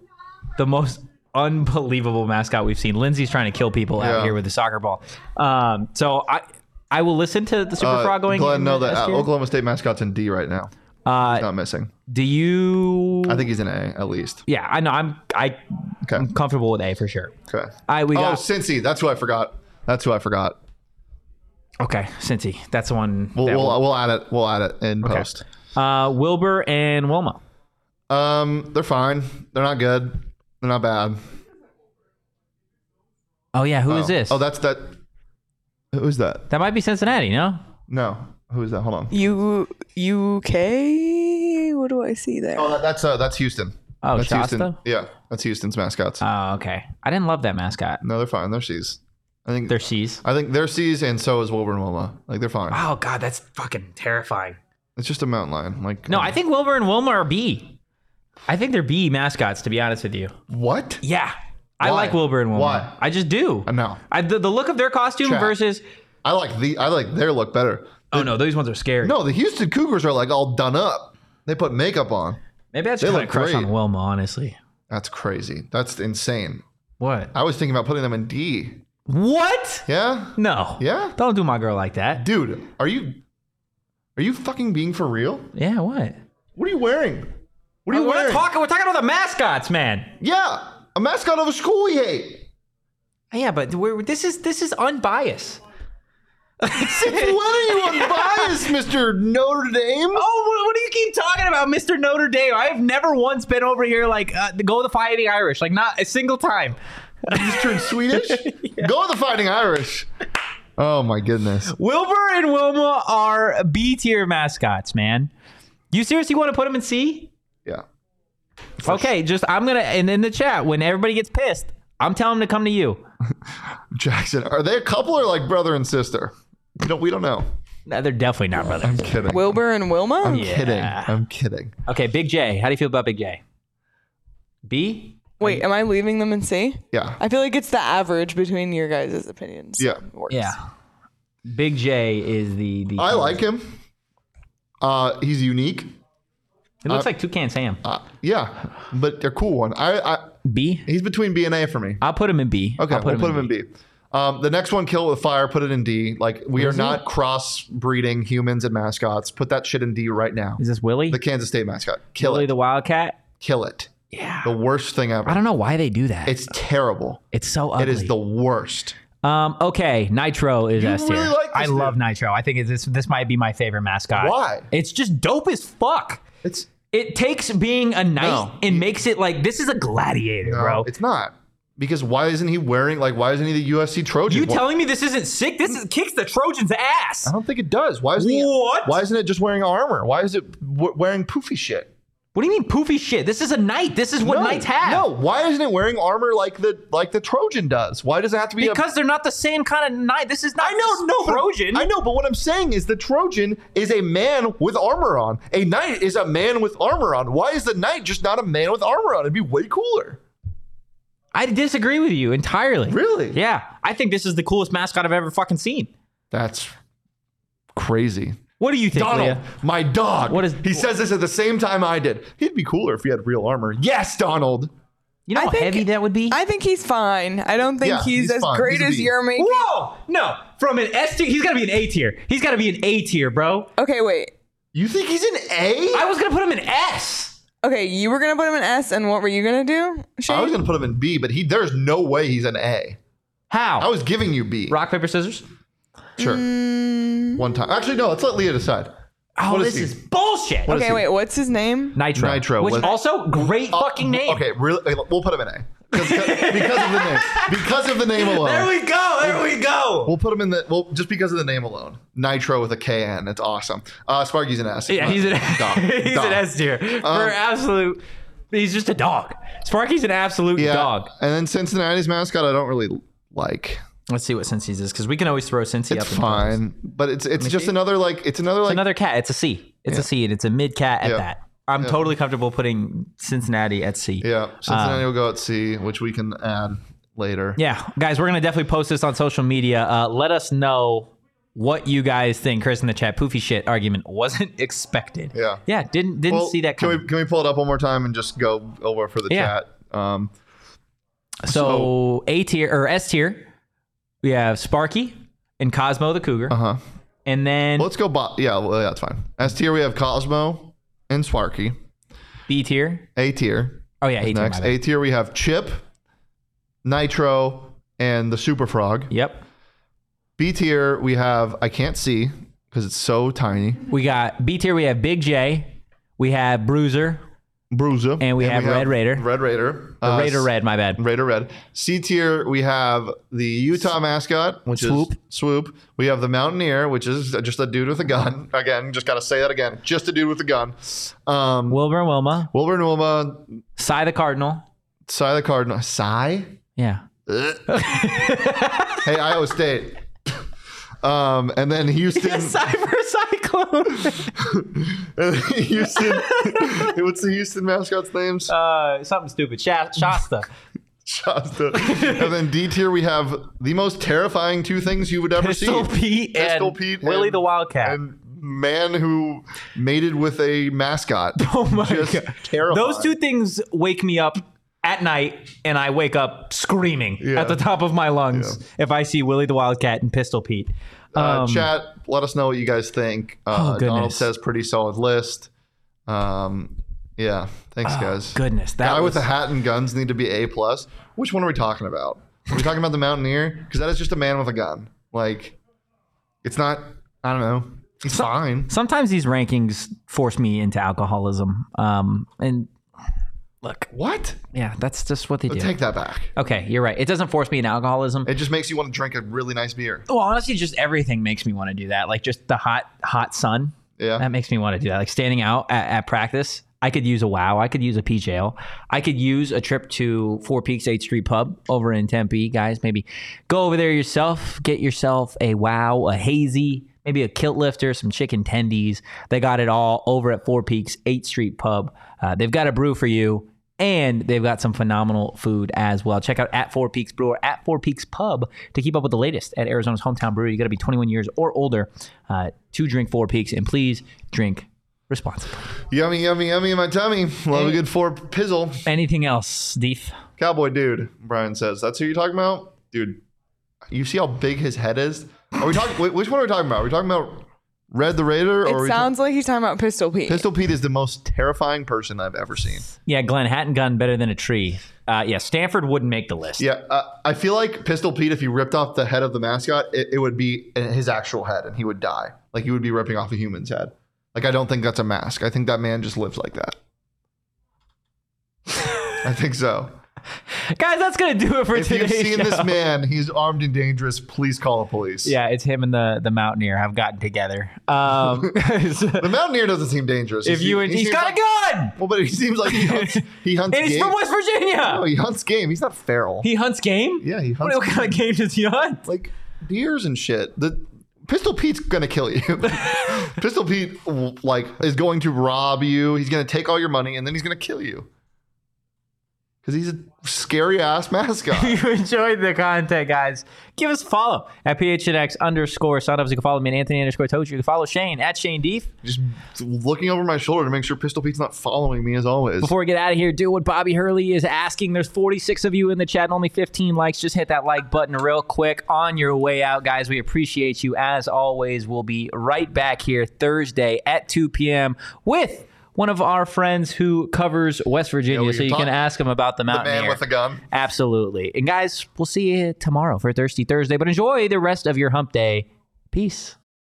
Speaker 1: the most unbelievable mascot we've seen. Lindsay's trying to kill people out
Speaker 2: Yeah.
Speaker 1: here with the soccer ball. Um so I I will listen to the Super
Speaker 2: Uh,
Speaker 1: Frog going
Speaker 2: Glenn,
Speaker 1: in
Speaker 2: no,
Speaker 1: the
Speaker 2: that
Speaker 1: S
Speaker 2: uh,
Speaker 1: tier.
Speaker 2: Oklahoma State mascot's in D right now.
Speaker 1: Uh,
Speaker 2: Not missing.
Speaker 1: do you
Speaker 2: I think he's an A at least.
Speaker 1: Yeah, I know I'm I
Speaker 2: Okay.
Speaker 1: I'm comfortable with A for sure.
Speaker 2: Okay.
Speaker 1: All right, Mm. we
Speaker 2: oh,
Speaker 1: got
Speaker 2: Cincy. That's who I forgot. That's who I forgot.
Speaker 1: okay. Cincy, that's the one.
Speaker 2: We'll
Speaker 1: that
Speaker 2: we'll, we'll add it. We'll add it in post.
Speaker 1: we- uh, Wilbur and Wilma.
Speaker 2: Um, they're fine. They're not good. They're not bad.
Speaker 1: Oh yeah, who is
Speaker 2: oh.
Speaker 1: this?
Speaker 2: Oh, that's that. Who is that?
Speaker 1: that might be Cincinnati. No,
Speaker 2: No, who is that? Hold on.
Speaker 6: U UK. What do I see there?
Speaker 2: Oh, that, that's uh, that's Houston.
Speaker 1: oh
Speaker 2: that's
Speaker 1: Shasta. Ah.
Speaker 2: Houston. Yeah, that's Houston's mascots.
Speaker 1: Oh okay. I didn't love that mascot.
Speaker 2: no, they're fine. They're C's. I think
Speaker 1: Their C's.
Speaker 2: I think they're C's and so is Wilbur and Wilma. Like they're fine.
Speaker 1: Oh god, that's fucking terrifying.
Speaker 2: It's just a mountain lion. Like
Speaker 1: No, I think Wilbur and Wilma are B. I think they're B mascots. To be honest with you,
Speaker 2: what?
Speaker 1: yeah, I
Speaker 2: Why?
Speaker 1: like Wilbur and Wilma.
Speaker 2: Why?
Speaker 1: I just do.
Speaker 2: Uh, No,
Speaker 1: I, the, the look of their costume
Speaker 2: Chat.
Speaker 1: versus
Speaker 2: I like the I like their look better.
Speaker 1: oh no, those ones are scary.
Speaker 2: No, the Houston Cougars are like all done up. They put makeup on.
Speaker 1: maybe I
Speaker 2: they
Speaker 1: should kind
Speaker 2: look
Speaker 1: of crush on
Speaker 2: great.
Speaker 1: Wilma. Honestly,
Speaker 2: That's crazy. That's insane.
Speaker 1: what?
Speaker 2: I was thinking about putting them in D.
Speaker 1: What?
Speaker 2: Yeah,
Speaker 1: No.
Speaker 2: yeah,
Speaker 1: Don't do my girl like that.
Speaker 2: dude. Are you are you fucking being for real?
Speaker 1: Yeah. What? Oh,
Speaker 2: What are you wearing? What are you
Speaker 1: We're not
Speaker 2: wearing?
Speaker 1: talking. We're talking about the mascots, man.
Speaker 2: yeah, a mascot of a school we hate.
Speaker 1: Yeah, but we're, this is this is unbiased.
Speaker 2: When are you unbiased, Mister Notre Dame?
Speaker 1: Oh, what, what do you keep talking about, Mr. Notre Dame? I have never once been over here like uh, go the fighting Irish, like not a single time.
Speaker 2: Just turned Swedish. Go the Fighting Irish. Oh my goodness.
Speaker 1: Wilbur and Wilma are B tier mascots, man. You seriously want to put them in C?
Speaker 2: Yeah.
Speaker 1: okay, just I'm gonna and in the chat when everybody gets pissed, I'm telling them to come to you.
Speaker 2: Jackson, are they a couple or like brother and sister? We don't, we don't know.
Speaker 1: No, they're definitely not brothers.
Speaker 2: I'm kidding.
Speaker 6: Wilbur and Wilma?
Speaker 2: I'm
Speaker 1: Um, Yeah.
Speaker 2: kidding. I'm kidding.
Speaker 1: Okay, Big J, how do you feel about Big J? B?
Speaker 6: Wait, am I leaving them in C?
Speaker 2: Yeah.
Speaker 6: I feel like it's the average between your guys' opinions.
Speaker 2: Yeah.
Speaker 6: Works.
Speaker 1: Yeah. Big J is the the
Speaker 2: I like him. Uh, he's unique.
Speaker 1: It looks like Toucan Sam.
Speaker 2: Uh, yeah, but a cool one. I, I
Speaker 1: B?
Speaker 2: he's between B and A for me.
Speaker 1: I'll put him in B.
Speaker 2: Okay,
Speaker 1: I'll
Speaker 2: we'll put him in B. Um, the next one, kill it with fire. Put it in D. Like we are not cross breeding humans and mascots. Put that shit in D right now.
Speaker 1: Is this Willie?
Speaker 2: The Kansas State mascot. Kill
Speaker 1: Willie
Speaker 2: it.
Speaker 1: the Wildcat?
Speaker 2: Kill it.
Speaker 1: Yeah.
Speaker 2: The worst thing
Speaker 1: I
Speaker 2: ever.
Speaker 1: don't know why they do that. It's,
Speaker 2: It's terrible.
Speaker 1: so ugly.
Speaker 2: It is the worst.
Speaker 1: um. Okay, Nitro is S tier.
Speaker 2: really like this
Speaker 1: I love
Speaker 2: dude.
Speaker 1: Nitro. I think it's, this this might be my favorite mascot.
Speaker 2: Why?
Speaker 1: It's just dope as fuck.
Speaker 2: It's
Speaker 1: It takes being a knight
Speaker 2: No.
Speaker 1: and makes it like this is a gladiator,
Speaker 2: no,
Speaker 1: bro.
Speaker 2: It's not because why isn't he wearing like why isn't he the USC Trojan?
Speaker 1: You
Speaker 2: Why-
Speaker 1: telling me this isn't sick? This is, kicks the Trojans' ass.
Speaker 2: I don't think it does. Why isn't he,
Speaker 1: What?
Speaker 2: Why isn't it just wearing armor? Why is it w- wearing poofy shit?
Speaker 1: What do you mean poofy shit? This is a knight. This is what
Speaker 2: no,
Speaker 1: knights have.
Speaker 2: No. Why isn't it wearing armor like the like the Trojan does? Why does it have to be a
Speaker 1: Because they're not the same kind of knight. This is not
Speaker 2: I know, no, but-
Speaker 1: Trojan.
Speaker 2: I know, but what I'm saying is the Trojan is a man with armor on. A knight is a man with armor on. Why is the knight just not a man with armor on? It'd be way cooler.
Speaker 1: I disagree with you entirely.
Speaker 2: Really?
Speaker 1: Yeah. I think this is the coolest mascot I've ever fucking seen.
Speaker 2: That's crazy.
Speaker 1: What do you think,
Speaker 2: Donald,
Speaker 1: Leah?
Speaker 2: my dog.
Speaker 1: What is-
Speaker 2: he says this at the same time I did. He'd be cooler if he had real armor. Yes, Donald.
Speaker 1: You know
Speaker 6: I
Speaker 1: how
Speaker 6: think-
Speaker 1: heavy that would be?
Speaker 6: I think he's fine. I don't think
Speaker 2: Yeah,
Speaker 6: he's,
Speaker 2: he's
Speaker 6: as
Speaker 2: fine.
Speaker 6: great
Speaker 2: He's a
Speaker 6: as
Speaker 2: B.
Speaker 6: you're making.
Speaker 1: Whoa! No, from an S tier, he's got to be an A tier. He's got to be an A tier, bro.
Speaker 6: Okay, wait.
Speaker 2: You think he's an A?
Speaker 1: I was gonna put him in S.
Speaker 6: Okay, you were gonna put him in S, and what were you gonna do, Shane?
Speaker 2: I was gonna put him in B, but he there's no way he's an A.
Speaker 1: How?
Speaker 2: I was giving you B.
Speaker 1: Oh, Rock paper scissors.
Speaker 2: Sure.
Speaker 1: Mm.
Speaker 2: One time. Actually, no. Let's let Leah decide.
Speaker 1: Oh,
Speaker 2: What is
Speaker 1: this
Speaker 2: he?
Speaker 1: is bullshit.
Speaker 2: What is
Speaker 6: okay,
Speaker 2: he?
Speaker 6: wait. What's his name?
Speaker 1: Nitro. Oh,
Speaker 2: Nitro
Speaker 1: Which
Speaker 2: was-
Speaker 1: also great fucking name.
Speaker 2: Okay, really, we'll put him in A 'Cause- because of the name. Because of the name alone.
Speaker 1: There we go. There we go.
Speaker 2: We'll put him in the well just because of the name alone. Nitro with a K N. It's awesome. Uh, Sparky's an S.
Speaker 1: Yeah, he's an
Speaker 2: Dog.
Speaker 1: he's
Speaker 2: Dog.
Speaker 1: an S tier for
Speaker 2: Um,
Speaker 1: absolute. He's just a dog. Sparky's an absolute
Speaker 2: Yeah.
Speaker 1: dog.
Speaker 2: And then Cincinnati's mascot, I don't really like.
Speaker 1: Let's see what Cincy's is because we can always throw Cincy
Speaker 2: It's
Speaker 1: up. in there.
Speaker 2: fine, but it's it's just another like it's another like
Speaker 1: Another cat. It's a C. It's a C, and it's a mid cat at
Speaker 2: Yeah.
Speaker 1: that. I'm totally comfortable putting Cincinnati at C.
Speaker 2: yeah. Cincinnati will go at C, which we can add later.
Speaker 1: Yeah, guys, we're gonna definitely post this on social media. Uh, let us know what you guys think. Chris in the chat, poofy shit argument wasn't expected.
Speaker 2: Yeah.
Speaker 1: yeah, didn't didn't
Speaker 2: Well,
Speaker 1: see that
Speaker 2: Can
Speaker 1: coming.
Speaker 2: we can we pull it up one more time and just go over for the
Speaker 1: Yeah.
Speaker 2: chat? Um,
Speaker 1: so A tier or S tier, we have Sparky and Cosmo the Cougar,
Speaker 2: uh huh.
Speaker 1: and then
Speaker 2: Well, let's go. Bo- yeah, well, yeah, that's fine. S tier, we have Cosmo and Sparky.
Speaker 1: B tier.
Speaker 2: A tier.
Speaker 1: Oh yeah, A tier. my
Speaker 2: Next,
Speaker 1: bad.
Speaker 2: A tier, we have Chip, Nitro, and the Super Frog.
Speaker 1: Yep,
Speaker 2: B tier, we have I Can't See because it's so tiny.
Speaker 1: we got B tier. We have Big J, we have Bruiser,
Speaker 2: Bruiser.
Speaker 1: And we have Red Raider.
Speaker 2: Red Raider.
Speaker 1: or
Speaker 2: Uh,
Speaker 1: Raider
Speaker 2: s-
Speaker 1: Red. My bad.
Speaker 2: Raider Red. C tier, we have the Utah mascot, which
Speaker 1: Swoop.
Speaker 2: is Swoop. We have the Mountaineer, which is just a dude with a gun. Again, just got to say that again. Just a dude with a gun. Um,
Speaker 1: Wilbur and Wilma,
Speaker 2: Wilbur and Wilma,
Speaker 1: Cy the Cardinal.
Speaker 2: Cy the Cardinal. Cy?
Speaker 1: Yeah,
Speaker 2: hey, Iowa State. Um, and then Houston.
Speaker 1: Cyber Cyclone.
Speaker 2: Houston. what's the Houston mascot's names?
Speaker 1: uh, something stupid. Sha- Shasta.
Speaker 2: Shasta. and then D tier, we have the most terrifying two things you would ever
Speaker 1: Pistol
Speaker 2: see.
Speaker 1: Pete and
Speaker 2: Pistol Pete
Speaker 1: Willie
Speaker 2: and-
Speaker 1: the Wildcat.
Speaker 2: And man who mated with a mascot.
Speaker 1: oh my
Speaker 2: Just
Speaker 1: god.
Speaker 2: terrifying.
Speaker 1: Those two things wake me up at night and I wake up screaming
Speaker 2: Yeah.
Speaker 1: at the top of my lungs if I see Willie the Wildcat and Pistol Pete.
Speaker 2: Uh,
Speaker 1: Um,
Speaker 2: chat, let us know what you guys think. Uh,
Speaker 1: Oh, goodness.
Speaker 2: Donald says pretty solid list. Um, yeah,
Speaker 1: Ah,
Speaker 2: thanks guys.
Speaker 1: Goodness, that
Speaker 2: Guy
Speaker 1: was
Speaker 2: with a hat and guns need to be a plus. Which one are we talking about? Are we talking about the mountaineer? Because that is just a man with a gun. Like, it's not. I don't know. It's fine.
Speaker 1: Sometimes these rankings force me into alcoholism. Um, and look,
Speaker 2: What?
Speaker 1: yeah, that's just what they do.
Speaker 2: Take that back.
Speaker 1: okay, you're right. It doesn't force me into alcoholism.
Speaker 2: It just makes you want to drink a really nice beer.
Speaker 1: well, honestly, just everything makes me want to do that. Like just the hot, hot sun.
Speaker 2: Yeah.
Speaker 6: Um,
Speaker 1: That makes me want to do that. Like standing out at, at practice, I could use a wow. I could use a PJL. I could use a trip to Four Peaks 8th Street Pub over in Tempe. Guys, maybe go over there yourself, get yourself a wow, a hazy, maybe a kilt lifter, some chicken tendies. They got it all over at Four Peaks 8th Street Pub. Uh, they've got a brew for you. And they've got some phenomenal food as well. Check out at Four Peaks Brewer, at Four Peaks Pub to keep up with the latest at Arizona's hometown brewery. You got to be 21 years or older uh, to drink Four Peaks, and please drink responsibly.
Speaker 2: Yummy, yummy, yummy in my tummy. Love a good four pizzle.
Speaker 1: Anything else, Deef?
Speaker 2: Cowboy dude, Brian says. That's who you're talking about? Dude, you see how big his head is? Are we talking wait, which one are we talking about? Are we talking about Red the Raider or are
Speaker 6: It
Speaker 2: we ta-
Speaker 6: sounds like he's talking about Pistol Pete.
Speaker 2: Pistol Pete is the most terrifying person I've ever seen.
Speaker 1: Yeah, Glenn Hatton gun better than a tree. Uh, yeah, Stanford wouldn't make the list.
Speaker 2: Yeah, uh, I feel like Pistol Pete, if he ripped off the head of the mascot, it, it would be his actual head and he would die. Like he would be ripping off a human's head. Like I don't think that's a mask. I think that man just lives like that. I think so.
Speaker 1: Guys, that's gonna do it for
Speaker 2: If
Speaker 1: today's
Speaker 2: you've seen
Speaker 1: show.
Speaker 2: this man, he's armed and dangerous. Please call the police.
Speaker 1: Yeah, it's him and the the mountaineer have gotten together. Um,
Speaker 2: The mountaineer doesn't seem dangerous.
Speaker 1: if
Speaker 2: He
Speaker 1: you
Speaker 2: seem-
Speaker 1: and
Speaker 2: he
Speaker 1: he's
Speaker 2: seems
Speaker 1: got
Speaker 2: like,
Speaker 1: a gun,
Speaker 2: Well, but he seems like he hunts. He hunts
Speaker 1: and he's
Speaker 2: game.
Speaker 1: from West Virginia.
Speaker 2: no, he hunts game. He's not feral.
Speaker 1: he hunts game.
Speaker 2: Oh, yeah, he
Speaker 1: What,
Speaker 2: hunts
Speaker 1: what kind of game does he hunt?
Speaker 2: like deers and shit. The Pistol Pete's gonna kill you. Pistol Pete like is going to rob you. He's gonna take all your money and then he's gonna kill you. Because he's a scary ass mascot.
Speaker 1: If you enjoyed the content, guys, give us a follow at PHNX underscore Sonups. You can follow me at Anthony underscore Toach. You can follow Shane at Shane Deef.
Speaker 2: Just looking over my shoulder to make sure Pistol Pete's not following me as always.
Speaker 1: Before we get out of here, do what Bobby Hurley is asking. There's 46 of you in the chat and only 15 likes. Just hit that like button real quick on your way out, guys. We appreciate you. As always, we'll be right back here Thursday at 2 p.m. with one of our friends who covers West Virginia.
Speaker 2: we
Speaker 1: so
Speaker 2: can
Speaker 1: you can
Speaker 2: talk
Speaker 1: ask him about the
Speaker 2: the
Speaker 1: Mountaineer.
Speaker 2: man with a gun.
Speaker 1: Absolutely. And guys, we'll see you tomorrow for Thirsty Thursday, but enjoy the rest of your hump day. Peace.